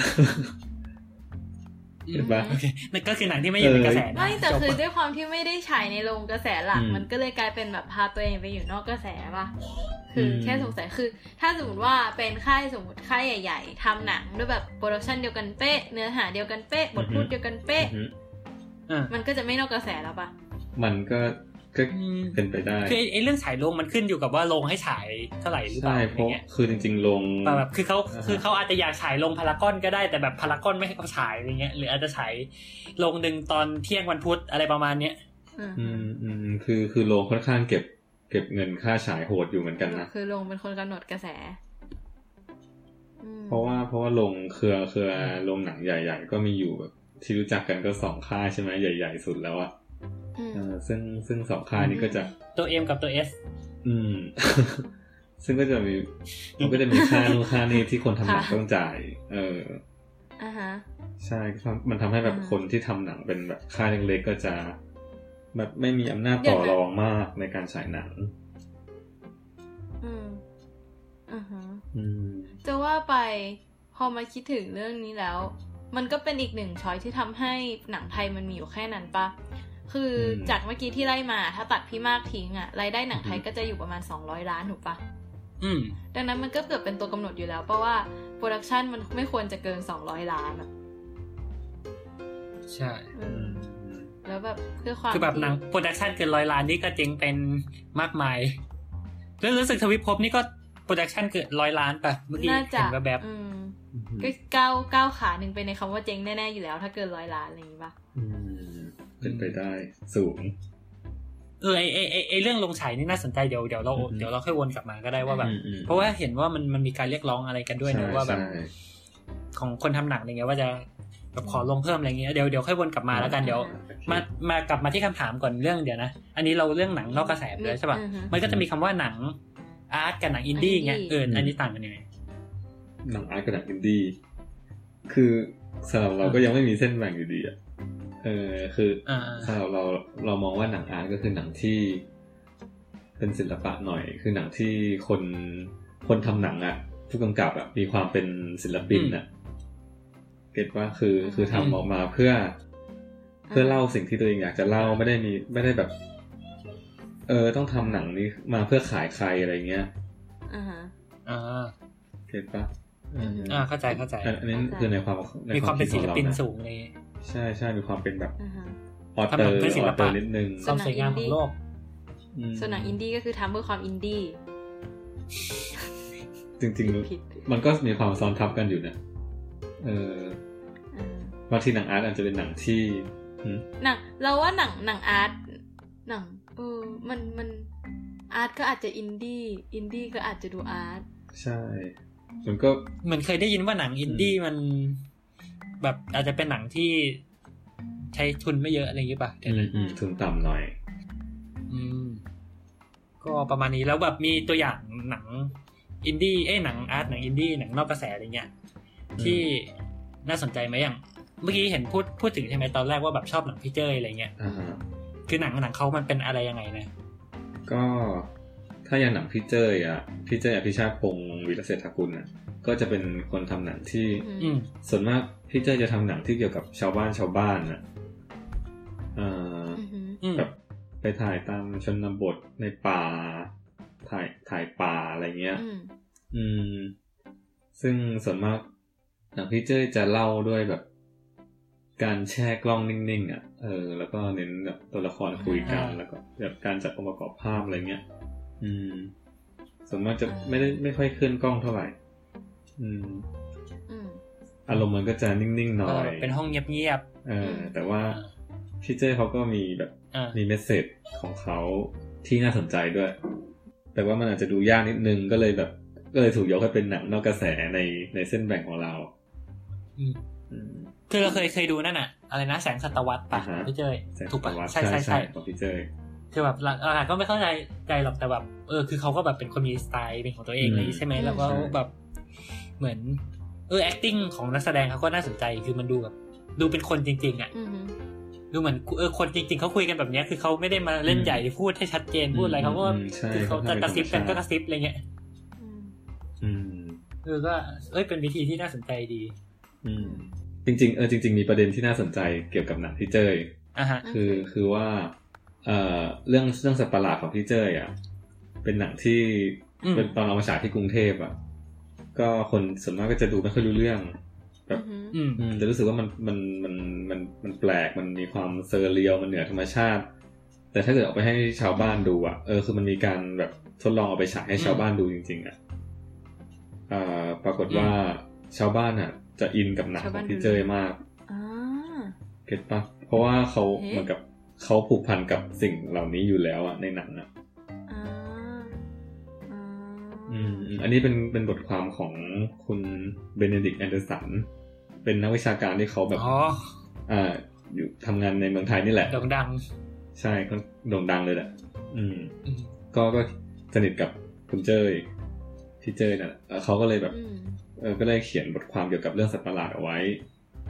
C: เห็นปะ
A: โอเคนั่นก็คือหนังที่ไม่อยู่ในกระแสนะ
B: ไม่แต่
A: จบ
B: คือด้วยความที่ไม่ได้ฉายในโรงกระแสหลัก
C: อืม
B: มันก็เลยกลายเป็นแบบพาตัวเองไปอยู่นอกกระแสป่ะ คืออ
C: ม
B: แค่สงสัยคือ ถ้าสมมติว่าเป็นค่ายสมมติค่ายใหญ่ๆทำหนังด้วยแบบโปรดักชันเดียวกันเป๊ะ เนื้อหาเดียวกันเป๊ะบทพูดเดียวกันเป๊ะ
C: อือฮึ
A: อ่า
B: มันก็จะไม่นอกกระแสแล้วป่ะ
C: มันก็ก็
A: อืม
C: เป็นไปได้
A: คือไอ้ไอ้เรื่องฉายโรงมันขึ้นอยู่กับว่าโรงให้ฉายเท่าไหร่หรือเปล่า
C: ใช่
A: อะไร
C: เพราะ
A: เงี้ย
C: คือจริง ๆ ลง
A: แต่แบบคือเขา
C: อ่าฮะ
A: คือเขาอาจจะอยากฉายลงพารากอนก็ได้แต่แบบพารากอนไม่ให้เขาฉายอะไรเงี้ยหรืออาจจะฉายลงหนึ่งตอนเที่ยงวันพุธอะไรประมาณเนี้ย
B: อืม
C: อืมอืมคือคือลงค่อนข้างเก็บ เก็บเงินค่าฉายโหดอยู่เหมือนกันนะ
B: คือลงเป็นคนกำหนดกระแสอืม
C: เพราะว่าเพราะว่าลงเครือเครือลงหนังใหญ่ ๆ ก็มีอยู่แบบที่รู้จักกันก็สองค่ายใช่ไหมใหญ่ ๆ สุดแล้วอะ
B: อืม
C: เออซึ่งซึ่งสองค่ายนี้ก็จะ
A: ตัวเอ็มกับตัวเอส
C: อืม ซึ่งก็จะมีมันก็จะมีค่านู่นค่านี่ที่คนทำหนัง
B: ค่ะ
C: ต้องจ่าย เออ
B: อ่าฮะ
C: ใช่ก็ทำมันทำให้แบบ
B: อ่า
C: คนที่ทำหนังเป็นแบบค่ายเล็กๆก็จะ แบบไม่มีอำนาจ
B: เดี๋ย
C: ต่
B: ว
C: อ
B: นะ
C: รองมากในการฉายหนัง
B: อืมอ่าฮะ
C: อืม
B: จะว่าไปพอมาคิดถึงเรื่องนี้แล้ว มันก็เป็นอีกหนึ่งช้อยที่ทำให้หนังไทยมันมีอยู่แค่นั้นปะคืออ
C: ม
B: จากเมื่อกี้ที่ไล่มา ถ้าตัดพี่มากทิ้งอะรายได้หนังไทย
C: อือฮึ
B: ก็จะอยู่ประมาณ 200 ล้านถูกปะ
A: อืม
B: ดังนั้นมันก็เกือบเป็นตัวกำหนดอยู่แล้วเพราะว่าโปรดักชันมันไม่ควรจะเกิน 200 ล้านอะ
A: ใช่
B: อืมแล้วแบบเพื่อความ
A: คือแบบ
B: ที่
A: หนังโปรดักชันเกินร้อยล้านนี่ก็เจริงเป็นมากมายแล้วรู้สึกทวิภพนี่ก็โปรดักชันเกินร้อยล้านป่ะเมื่อกี้
B: น่าจะ
A: เห็นแบบ
B: อืม
C: อืม
B: ก็ก้าวก้าวขาหนึ่งไปในคำว่าเจ๊งแน่ๆอยู่แล้ว ถ้าเกินร้อยล้านอะไรอย่างงี้ปะ
C: อืมเป็นไปได้สูง
A: ๆเออไอไอไอ้ไอเรื่องลงฉายนี่น่าสนใจเดี๋ยวเดี๋ยวเรา
C: อือฮึ
A: เดี๋ยวเราค่อยวนกลับมาก็ได้ว่าแบบ
C: อืมอืม
A: เพราะว่าเห็นว่ามันมันมีการเรียกร้องอะไรกันด้วย
C: ใช่
A: นะว่าแบบ
C: ใช่
A: ของคนทำหนังอะไรเงี้ยว่าจะแบบขอลงเพิ่มอะไรเงี้ยเดี๋ยวเดี๋ยวค่อยวนกลับมาแล้วกันเดี๋ยว
C: โอเค
A: มามากลับมาที่คำถามก่อนเรื่องเดี๋ยวนะ อันนี้เราเรื่องหนังนอกกระแสไปเลยใช่ป่ะ
B: อือฮึ
A: มันก็จะมีคำว่าหนังอาร์ตกับหนังอินดี้เงี้ยเออ
C: อืม
A: อันนี้ต่างกันยังไง
C: หนังอาร์ตกับหนังอินดี้คือสำหรับเราก็ยังไม่มีเส้นแบ่งอยู่ดีอ่ะเออคือ
A: อ่า
C: สำหรับเราเรามองว่าหนังอาร์ตก็คือหนังที่ เป็นศิลปะหน่อย คือหนังที่คนคนทำหนังอ่ะ ผู้กำกับอ่ะมีความเป็นศิลปินอ่ะเก็ตว่าคือคือทำออกมาเพื่อ เพื่อเล่าสิ่งที่ตัวเองอยากจะเล่าไม่ได้มีไม่ได้แบบ เออต้องทำหนังนี้มาเพื่อขายใครอะไรเงี้ย
B: อ่าฮะ
A: อ่า
C: เก็ตปะ
B: อืม
A: อ่าเข้าใจเข้าใจ
C: อันอันนี้คือในความใ
A: มีความเป็นศิลปิน
C: ของเราะ
A: สูงเลย
C: ใช่ใช่มีความเป็นแบบ
B: อ่าฮะ
C: ออ
A: ทำ
C: เต
A: หนัง
C: อร์
A: เพื่อศิ
C: อ
A: ล
C: อ
A: ปะ
C: เตอร์นิดนึง
A: ความสวยงามของโลก
C: อืม
B: ส่วนหนังอินดี้ก็คือทำเพื่อความอินดี้
C: จริง
B: ผิด
C: ๆ มันก็มีความซ้อนทับกันอยู่นะเออ
B: อ่า
C: บางทีหนังอาร์ตอาจจะเป็นหนังที่อืม
B: หนังเราว่าหนังหนังอาร์ตหนังเออมันมันอาร์ตก็อาจจะอินดี้อินดี้ก็อาจจะดูอาร์ต
C: ใช่ มันก็
A: เหมือนเคยได้ยินว่าหนังอินดี้มัน แบบอาจจะเป็นหนังที่ใช้ทุนไม่เยอะอะไรอย่างงี้ป่ะเดี๋ยวนะ
C: อืมทุนต่ำหน่อย
A: อืม ก็ประมาณนี้แล้วแบบมีตัวอย่างหนังอินดี้เอ้ยหนังอาร์ตหนังอินดี้หนังนอกกระแสอะไรเงี้ยที่น่าสนใจไหมอย่าง เมื่อกี้เห็นพูดพูดถึงใช่ไหมตอนแรกว่าแบบชอบหนังพี่เจ้ยอะไรเงี้ย
C: อ่าฮะ
A: คือหนังหนังเขามันเป็นอะไรยังไงนะ
C: ก็ถ้าอย่างหนังพี่เจ้ยอ่ะพี่เจ้ยอภิชาติพงศ์วีรเศรษฐกุลอ่ะก็จะเป็นคนทำหนังที่
B: อืม
A: อืม
C: ส่วนมากพี่เจ้ยจะทำหนังที่เกี่ยวกับชาวบ้านชาวบ้านนะเอ่อ
B: อือหือ
A: อืม
C: แบบไปถ่ายตามชนบทในป่า ถ่ายถ่ายป่าอะไรเงี้ย
B: อืม
C: อืม ซึ่งส่วนมากหนังพี่เจ้ยจะเล่าด้วยแบบ การแช่กล้องนิ่งๆอ่ะ เออ แล้วก็เน้นแบบตัวละครคุยกันแล้วก็แบบการจัดองค์ประกอบภาพอะไรเงี้ย อืม ส่วนมากจะไม่ได้ไม่ค่อยเคลื่อนกล้องเท่าไหร่ อืม
B: อืม
C: อารมณ์มันก็จะนิ่งๆหน่
A: เอ
C: อ
A: อย เป็นห้องเงียบ
C: เออ
B: ม
C: แต่ว่าพี่เจ้เขาก็มีแบบ
A: ๆอ่า
C: มีเมสเซจของเขาที่น่าสนใจด้วย แต่ว่ามันอาจจะดูยากนิดนึงก็เลยแบบ ก็เลยถูกยกให้เป็นหนังนอกกระแสในในเส้นแบ่งของเรา
A: อืม
C: อืม
A: คือเราเคยเคยดูนั่นอะอะไรนะแสงสัตวรรษปะ
C: อ่าฮะ
A: พี่เจย
C: แสง
A: ถูกปะ
C: ตะวัน
A: ใช่ใช่ใช่
C: ของพี่เจย
A: คือแบบหลังหลังๆก็ไม่เข้าใจใจหรอกแต่แบบเออคือเขาก็แบบเป็นคนมีสไตล์เป็นของตัวเอง
C: อืม
A: อะไรอย่างนี้ใช่ไหม
B: อืม
A: แล้วก็
C: ใช่
A: แบบเหมือนเออ acting ของนักแสดงเขาก็น่าสนใจคือมันดูแบบดูเป็นคนจริง ๆอ่ะ
B: อืม
A: ดูเหมือนเออคนจริง ๆเขาคุยกันแบบเนี้ยคือเขาไม่ได้มาเล่นใหญ่พูดให้ชัดเจนพูดอะไรเขาก็
C: มใช่
A: คือเขาจะกระซิบกันก็กระซิบอะไรเงี้ย
B: อืม
C: อืม
A: เออก็เอ้ยเป็นวิธีที่น่าสนใจดี
C: อืม จริง ๆ เออจริง ๆ มีประเด็นที่น่าสนใจเกี่ยวกับหนังพี่เจย
A: อ่ะฮะ
C: คือคือว่าเอ่อเรื่องเรื่องสัตว์ประหลาดของพี่เจยอ่ะเป็นหนังที่
A: อืม
C: เป็นตอนเอามาฉายที่กรุงเทพอ่ะก็คนส่วนมากก็จะดูไม่ค่อยรู้เรื่อง แบบ
B: อืม
A: อืม
C: อืมแต่รู้สึกว่ามันมันมันมันมันแปลกมันมีความเซอร์เรียลมันเหนือธรรมชาติ แต่ถ้าเกิดเอาไปให้ชาวบ้านดูอ่ะเออคือมันมีการแบบทดลองเอาไปฉายให้ชาวบ้านดูจริง ๆอ่ะเอ่อปรากฏว่าชาวบ้านอ่ะ จะอินกับหนังของพี่เจยมาก
B: อ่า
C: เก็ตปะเพราะว่าเขา
B: เอ๊ะ
C: เหมือนกับเขาผูกพันกับสิ่งเหล่านี้อยู่แล้วอะในหนังอะ
B: อ่าอ่า
C: อืมอืม อันนี้เป็นเป็นบทความของคุณเบเนดิกต์แอนเดอร์สัน เป็นนักวิชาการที่เขาแบบ
A: อ๋อ
C: อ่าอยู่ทำงานในเมืองไทยนี่แหละ
A: โด่งดัง
C: ใช่ก็โด่งดังเลยแหละ อืม
A: อืม
C: ก็ก็สนิทกับคุณเจยพี่เจยน่ะเอ่อเขาก็เลยแบบ
B: อืม
C: เออก็เลยเขียนบทความเกี่ยวกับเรื่องสัตว์ประหลาดเอาไว้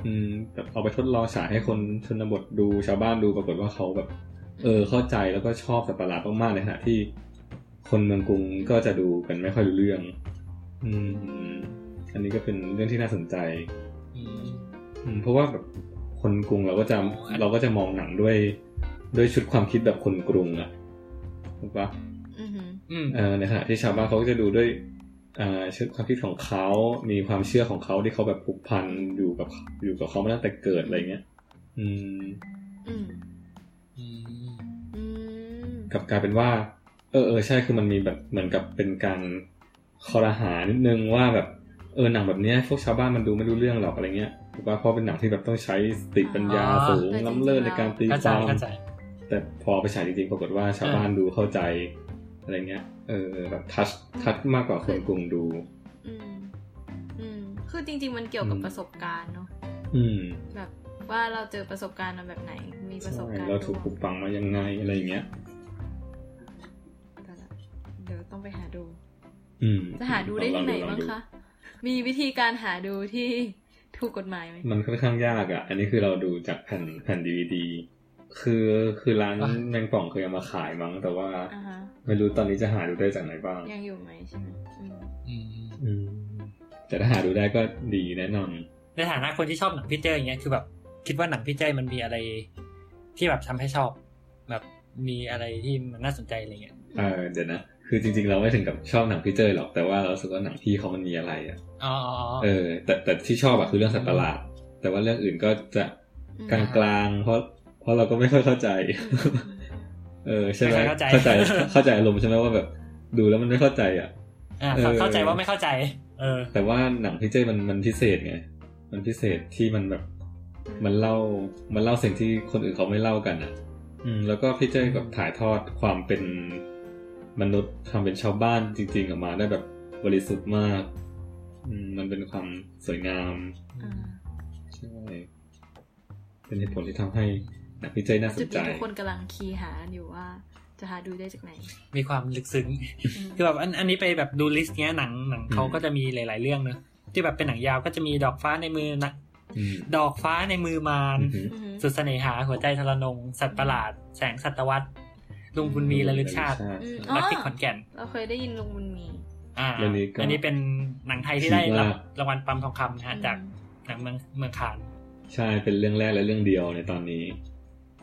C: อืมแบบเอาไปทดลองฉายให้คนชนบทดูชาวบ้านดูปรากฏว่าเขาแบบ เออเข้าใจแล้วก็ชอบสัตว์ประหลาดมากๆในขณะที่ คนเมืองกรุงก็จะดูกันไม่ค่อยรู้เรื่อง อืม อันนี้ก็เป็นเรื่องที่น่าสนใจ
A: อืม
C: อืมเพราะว่าแบบคนกรุงเราก็จะ
A: อ๋อ
C: เราก็จะมองหนังด้วย ด้วยชุดความคิดแบบคนกรุงอะถูกปะ
B: อืม
A: อืม
C: เอ่อในขณะที่ชาวบ้านเขาก็จะดูด้วยเอ่อชื่อความคิดของเขา มีความเชื่อของเขาที่เขาแบบผูกพันอยู่กับอยู่กับเขามาตั้งแต่เกิดอะไรเงี้ย อืม
B: อืม
A: อืม
B: อืม
C: กลับกลายเป็นว่า เออเออใช่คือมันมีแบบเหมือนกับเป็นการคอรหานิดนึงว่าแบบเออหนังแบบเนี้ยพวกชาวบ้านมันดูไม่รู้เรื่องหรอกอะไรเงี้ยถูกป่ะเพราะเป็นหนังที่แบบต้องใช้สติปัญญาสูงล้ำเลิศในการตี
A: เข้า
C: ค
A: ใจ
C: วาม
A: เข้าใจ
C: แต่พอไปฉายจริงๆ ปรากฏว่าชาวบ้านดูเข้าใจอะไรเงี้ย เออแบบทัชทัชมากกว่าคนกรุงดู
B: อืมอืมคือจริง ๆ มันเกี่ยวกับ
C: อืม
B: ประสบการณ์เนาะ
C: อืม
B: แบบว่าเราเจอประสบการณ์มาแบบไหน มีประส
C: ใช่
B: บการณ์
C: เราถูกปลู
B: ร่ว
C: ก
B: ม
C: ฝังมายังไงอะไรอย่างเงี้ย
B: แต่ละเดี๋ยวต้องไปหาดู
C: อืม
B: จะหาดูได้ที่ไหน
C: ลอ
B: บ้าง
C: ดู
B: คะ มีวิธีการหาดูที่ถูกกฎหมายไหม
C: มันค่อนข้างยากอ่ะ อันนี้คือเราดูจากแผ่นแผ่นดีวดี คือคือร้าน
A: อ่ะ
C: แมงป่องเคยเอามาขายมั้ง แต่ว่า
B: อ่าฮะ
C: ไม่รู้ตอนนี้จะหาดูได้จากไหนบ้าง
B: ยังอยู่ไหมใช่ไหมอืม
A: อืม
C: อืม แต่ถ้าหาดูได้ก็ดีแนะนำ
A: ในฐานะคนที่ชอบหนังพี่เจ้ยอย่างเงี้ยคือแบบคิดว่าหนังพี่เจ้ยมันมีอะไร ที่แบบทำให้ชอบ แบบมีอะไรที่มันน่าสนใจอะไรเงี้ย
C: เออเดี๋ยวนะ คือจริงๆ เราไม่ถึงกับชอบหนังพี่เจยหรอกแต่ว่าเรารู้สึกว่าหนังพี่เขามันมีอะไรอ่ะ
A: อ๋ออ๋ออ๋อ
C: เออ แต่แต่ที่ชอบอะคือเรื่องสัตว์ประหลาดแต่ว่าเรื่องอื่นก็จะ
B: อืม
C: กลางๆเพราะเพราะเราก็ไม่ค่อยเข้าใจ
B: อืม
C: เออใช่ไหม
A: ไม่เข้าใจ
C: เข้าใจเข้าใจอารมณ์ใช่ไหมว่าแบบ ดูแล้วมันไม่เข้าใจอ่ะ
A: อ่า
C: เออ
A: เข้าใจว่าไม่เข้าใจ เออ
C: แต่ว่าหนังพี่เจมันมันพิเศษไงมันพิเศษที่มันแบบ มันเล่ามันเล่าสิ่งที่คนอื่นเขาไม่เล่ากันอ่ะ อืม แล้วก็พี่เจแบบถ่ายทอดความเป็นมนุษย์ความเป็นชาวบ้านจริง ๆ ออกมาได้แบบบริสุทธิ์มาก อืมมันเป็นความสวยงาม
B: อ่า
C: ใช่เป็นเหตุผลที่ทำให้หนังพี่เจน่าส
B: จุด
C: นใจ
B: ที่ทุกคนกำลังคีย์หาอยู่ว่า จะหาดูได้จากไหน
A: มีความลึกซึ้ง
B: อืม
A: คือแบบอันอันนี้ไปแบบดูลิสต์เนี้ยหนังหนังเขาก็จะมีหลาย ๆ เรื่องเนอะที่แบบเป็นหนังยาวก็จะมีดอกฟ้าในมือนะ
C: อืม
A: ดอกฟ้าในมือมาร
C: อือหือ
B: อืม
A: สุดเสน่หาหัวใจทรนงสัตว์ประหลาด แสงสัตวรรษลุงบุญมีระลึกชาติ
B: อืม
A: รักที่ขอนแก่น
B: เราเคยได้ยินลุงบุญมี
A: อ่า
C: เรื่องนี้ก็
A: อันนี้เป็นหนังไทยที่ได้รับ
C: คิดว่า
A: รางวัลปั๊มทองคำนะฮะจากหนังเมืองเมืองคาน
C: ใช่ เป็นเรื่องแรกและเรื่องเดียวในตอนนี้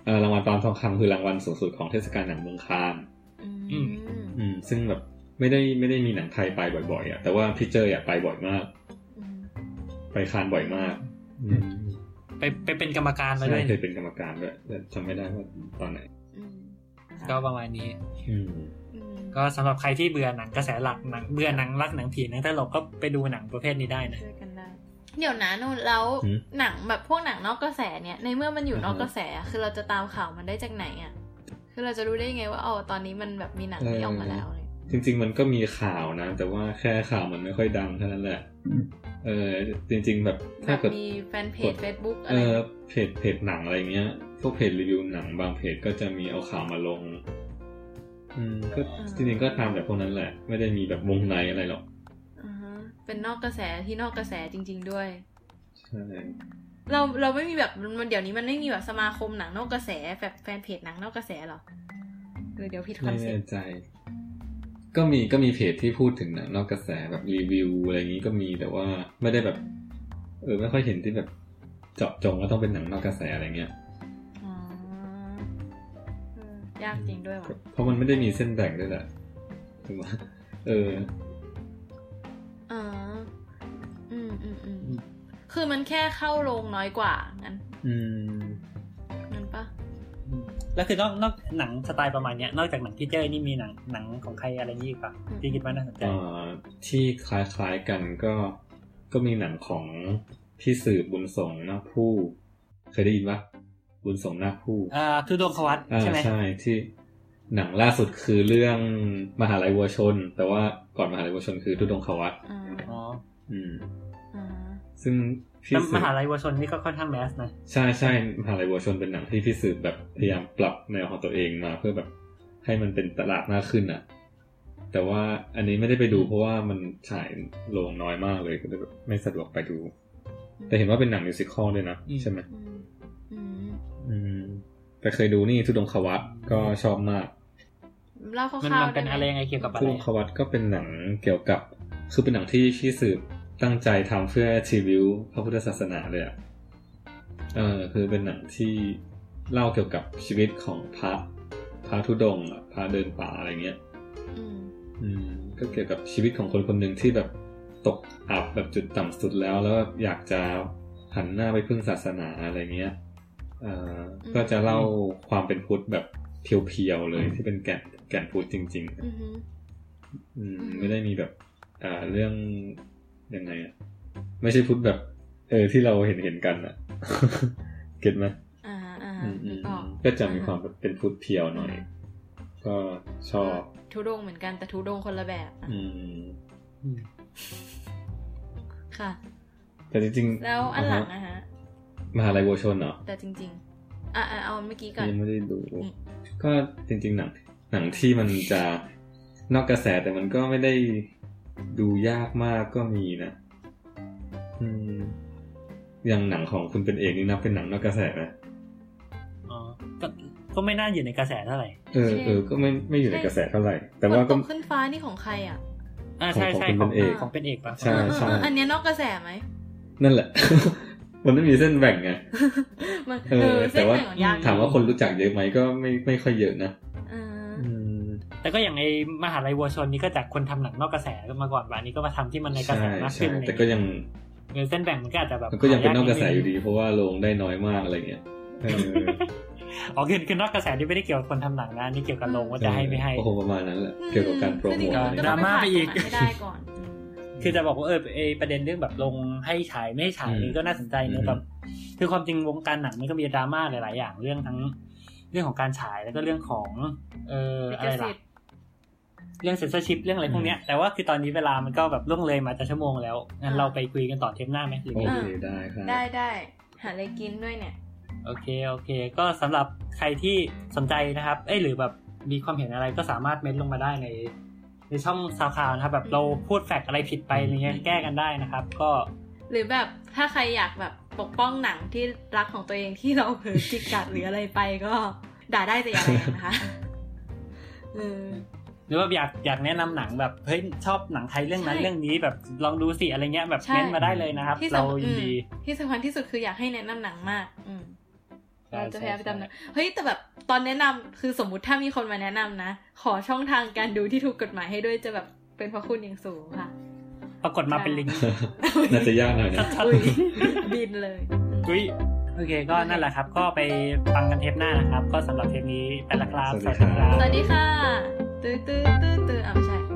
C: เอ่อรางวัลปาล์มทองคำคือรางวัลสูงสุดของเทศกาลหนังเมืองคาน
B: อืม
A: อืม
C: อืม ซึ่งแบบไม่ได้ไม่ได้มีหนังไทยไปบ่อยๆอ่ะ แต่ว่าพี่เจออยากไปบ่อยมาก
B: อืม
C: ไปคานบ่อยมาก
A: ไปไปเป็นกรรมการมา
C: ใช่
A: ด้วย
C: เคยเป็นกรรมการด้วยแต่จำไม่ได้ว่าตอนไหน
B: อืม
A: ก็ประมาณนี้
C: อืม
B: อืม
A: ก็สำหรับใครที่เบื่อหนังกระแสหลักหนังเบื่อหนังรักหนังผีหนังตลกก็ไปดูหนังประเภทนี้ได้นะ
B: ช่วยกันได้เดี๋ยวนะนูนแล้ว
C: หืม
B: หนังแบบพวกหนังนอกกระแสเนี่ย ในเมื่อมันอยู่
C: อ่าฮะ
B: นอกกระแสอะคือเราจะตามข่าวมันได้จากไหนอ่ะ คือเราจะรู้ได้ยังไงว่าอ๋อตอนนี้มันแบบมีหนังที่ออกมาแล้วเลย
C: จริง ๆ มันก็มีข่าวนะ แต่ว่าแค่ข่าวมันไม่ค่อยดังเท่านั้นแหละ เออจริง ๆ แบบถ้า
B: แบ
C: เกิ
B: บ
C: ด
B: มีแฟนเพจ
C: กด
B: Facebook อะ
C: เอ
B: ไร
C: อเพจเพจหนังอะไรเงี้ย พวกเพจรีวิวหนังบางเพจก็จะมีเอาข่าวมาลง อืมก็จริงๆก็ตามแต่พวกนั้นแหละ ไม่ได้มีแบบวงในอะไรหรอก
B: อือฮึเป็นนอกกระแสที่นอกกระแสจริง ๆด้วย
C: ใช่
B: เราเราไม่มีแบบมันเดี๋ยวนี้มันไม่มีแบบสมาคมหนังนอกกระแสแบบแฟนเพจหนังนอกกระแสหรอหรือเดี๋ยวผิดคอ
C: ไม่
B: นเซ็
C: แน่
B: ปต์
C: ใจ ก็มีก็มีเพจที่พูดถึงหนังนอกกระแสแบบรีวิวอะไรอย่างนี้ก็มีแต่ว่าไม่ได้แบบ เออ ไม่ค่อยเห็นที่แบบเจาะจงว่าต้องเป็นหนังนอกกระแสอะไรเงี้ย
B: อ๋อเออยากจริงด้วยว่ะ
C: เพราะมันไม่ได้มีเส้นแบ่งด้วยแหละถูกไหมเออ
B: อ๋ออืมอืมอืมคือมันแค่เข้าโรงน้อยกว่างั้น
C: อืม
B: งั้นปะ
A: อืมแล้วคือนอกนอกหนังสไตล์ประมาณเนี้ยนอกจากหนังที่เจอนี่มีหนังหนังของใครอะไรนี้อีกปะที่คิดว่าน่าสนใจ
C: เอ่อที่คล้ายๆกันก็ก็มีหนังของพี่สืบบุญสงนาคผู้ เคยได้ยินปะบุญสงนาคผู้
A: อ่าทุดงควัต
C: อ่า
A: ใช่ไหม
C: ใช่ที่หนังล่าสุดคือเรื่องมหาลัยวัวชน แต่ว่าก่อนมหาลัยวัวชนคือทุดงควัต
B: อ๋อ
A: อ๋อ
C: อืม
B: อ๋อ
C: ซึ่งพี่
A: แล้วม
C: สืบ
A: หาลัยวัวชนนี่ก็ค่อนข้างแมสนะ
C: ใช่ใช่มหาลัยวัวชนเป็นหนังที่พี่สืบแบบพยายามปรับแนวของตัวเองมา เพื่อแบบให้มันเป็นตลาดมากขึ้นอ่ะ แต่ว่าอันนี้ไม่ได้ไปดูเพราะว่ามันฉายโรงน้อยมากเลยก็เลยแบบไม่สะดวกไปดู แต่เห็นว่าเป็นหนังมิวสิควลด้วยนะ ใช่ไหม
B: อืมอืม
C: อืม แต่เคยดูนี่ทุดงควัตก็ชอบมาก
B: เล่าค
A: มัน
B: ร่าว
A: มัน
B: ๆ
A: เป็นอะไร
B: ด้หม
A: ยังไงเกี่ยวกับอะ
C: ทุ
A: ไร
C: ดงควัตก็เป็นหนังเกี่ยวกับ คือเป็นหนังที่ชี้สืบตั้งใจทำเพื่อชีวิวพระพุทธศาสนาเลยอะเออคือเป็นหนังที่เล่าเกี่ยวกับชีวิตของพระพระธุดงค์อะพระเดินป่าอะไรเงี้ย
B: อืม
C: อืมก็เกี่ยวกับชีวิตของคนคนหนึ่งที่แบบตกอับแบบจุดต่ำสุดแล้ว แล้วแบบอยากจะหันหน้าไปพึ่งศาสนาอะไรเงี้ยเอ่อก็จะเล่าความเป็นพุทธแบบเพียวๆเลยที่เป็นแก่นแก่นพุทธจริง
B: อืม
C: ๆ อืม
B: อืม
C: ไม่ได้มีแบบอ่าเรื่องยังไงอะไม่ใช่พุทธแบบ เออที่เราเห็นเห็นๆกันอะ เก็ตไหม
B: อ่าอ่า
C: อืม
B: นึกออก
C: ๆก็จะมีความแบบเป็นพุทธเพียวหน่อย ก็ชอบ
B: ทุดงเหมือนกันแต่ทุดงคนละแบบอะ
C: อืม
A: อืม
B: ค่ะ
C: แต่จริงๆ
B: แล้วอันหลัง
C: าฮะ
B: นะฮะ
C: มหาลัยวัวชนเหรอ
B: แต่จริง ๆ อ่ะอ่ะเอาเมื่อกี้ก่อน
C: ยังไม่ได้ดู
B: อืม
C: ก็จริงๆหนังหนังที่มันจะนอกกระแสแต่มันก็ไม่ได้ดูยากมากก็มีนะ อืม อย่างหนังของคุณเป็นเอกนี่นับเป็นหนังนอกกระแสนะ
A: อ๋อก็ก็ไม่น่าอยู่ในกระแสเท่าไหร่
C: เออเออก็ไม่ไม่อยู่ในกระแสเท่าไหร่ แต่
B: ฝ
C: ว่าน
B: ต
C: ก็
B: กขึ้นฟ้านี่ของใครอ่ะ
A: อ่าใช่ใช่
C: ของ
A: ของ
C: เป็นเอก
A: ของเป็นเอกปะ
C: ใช่
B: เออเออเอออันเนี้ยนอกกระแสไหม
C: นั่นแหละ มันไม่มีเส้นแบ่งไง
B: มัน
C: เออ
B: เออ
C: แต่
B: เส้น
C: ว่า
B: แบ่งของยาก
C: ถามว่าคนรู้จักเยอะไหมก็ไม่ไม่ค่อยเยอะนะ
B: อ่า
C: อืม
A: แต่ก็อย่างไอมหาลัยวัวชนนี่ก็จากคนทำหนังนอกกระแสมาก่อนว่าอันนี้ก็มาทำที่มันในกระแสมากขึ้น
C: ใช่
A: อะไร
C: แต่ก็ยัง
A: เออเส้นแบ่งมันก็อาจจะแบบ
C: มันก็ยังเป็นนอกกระแส
A: หาา
C: อยู่ดี
A: นินึง
C: เพราะว่าลงได้น้อยมากอะไรเงี้ยเออ
A: อ๋อคือคือนอกกระแสนี่ไม่ได้เกี่ยวกับคนทำหนังนะอันนี่เกี่ยวกับโรงว่าจะให้ไม่ให้
C: ก็คงประมาณนั้นแหละเกี่ยวกับการโปร
B: คือ
C: โมท
B: จงๆ
C: อะ
B: น
C: ไร
B: ก็
A: ด
B: ต้
A: รา
B: อง
C: เงี้ย
A: ม่าไปอีก
B: ผ่นตรงนั้นให้ได้ก่อนอืม
A: คือจะบอกว่าเออไอประเด็นเรื่องแบบลงให้ฉายไม่ให้ฉาย
C: อืม
A: นี่ก็น่าสนใจ
C: อื
A: เนะ
C: ม
A: แบบคือความจริงวงการหนังมันก็มีดราม่าหลาย ๆ อย่างเรื่องทั้งเรื่องของการฉายแล้วก็เรื่องของเอ่ออะ
B: ลิข
A: ไร
B: สิ
A: ล่ะ
B: ทธิ์
A: เรื่องเซนเซอร์ชิพเรื่องอะไรพวกเนี้ยแต่ว่าคือตอนนี้เวลามันก็แบบล่วงเลยมาจะชั่วโมงแล้วงั้นเราไปคุยกันต่อเทปหน้าไหมหรือ
C: โอ
A: ไง
C: เคได้ครับ
B: ได้ได้ หาอะไรกินด้วยเนี่ย
A: โอเคโอเค ก็สำหรับใครที่สนใจนะครับ เอ้ยหรือแบบมีความเห็นอะไรก็สามารถเม้นลงมาได้ใน ในช่องซาวคาวนะครับแบบเราพูดแฟกต์อะไรผิดไปอะไรเงี้ยแก้กันได้นะครับ ก็
B: หรือแบบถ้าใครอยากแบบปกป้องหนังที่รักของตัวเองที่เราเผลอจิกกัดหรืออะไรไปก็ ด่าได้แต่อย่าแรงนะคะเออ
A: หรือว่าอยากอยากแนะนำหนังแบบเฮ้ยชอบหนังไทยเรื่องนั้น
B: ใช่
A: เรื่องนี้แบบลองดูสิอะไรเงี้ยแบบ
B: ใช่
A: เม้นมาได้เลยนะครับ
B: ที่
A: เรา
B: สำคัญ
A: ยินดี
B: อืมที่สำคัญที่สุดคืออยากให้แนะนำหนังมาก อืม เราจะพยายามไปตามนั้น
A: ใช่
B: เฮ้ยแต่แบบตอนแนะนำคือสมมุติถ้ามีคนมาแนะนำนะ ขอช่องทางการดูที่ถูกกฎหมายให้ด้วยจะแบบเป็นพระคุณอย่างสูงค่ะ
A: ๆปรากฏมาเป็นลิงก์
C: น่าจะยากหน่อยนะ
B: อุ้ยบินเลย
A: อุ้ยโอเคก็นั่นแหละครับ ก็ไปฟังกันเทปหน้านะครับ ก็สำหรับเทปนี้ไปละครับ
C: สวัสดีครับ
B: สวัสดีค่ะ ตื้อตื้อตื้อตื้ออ่ะไม่ใช่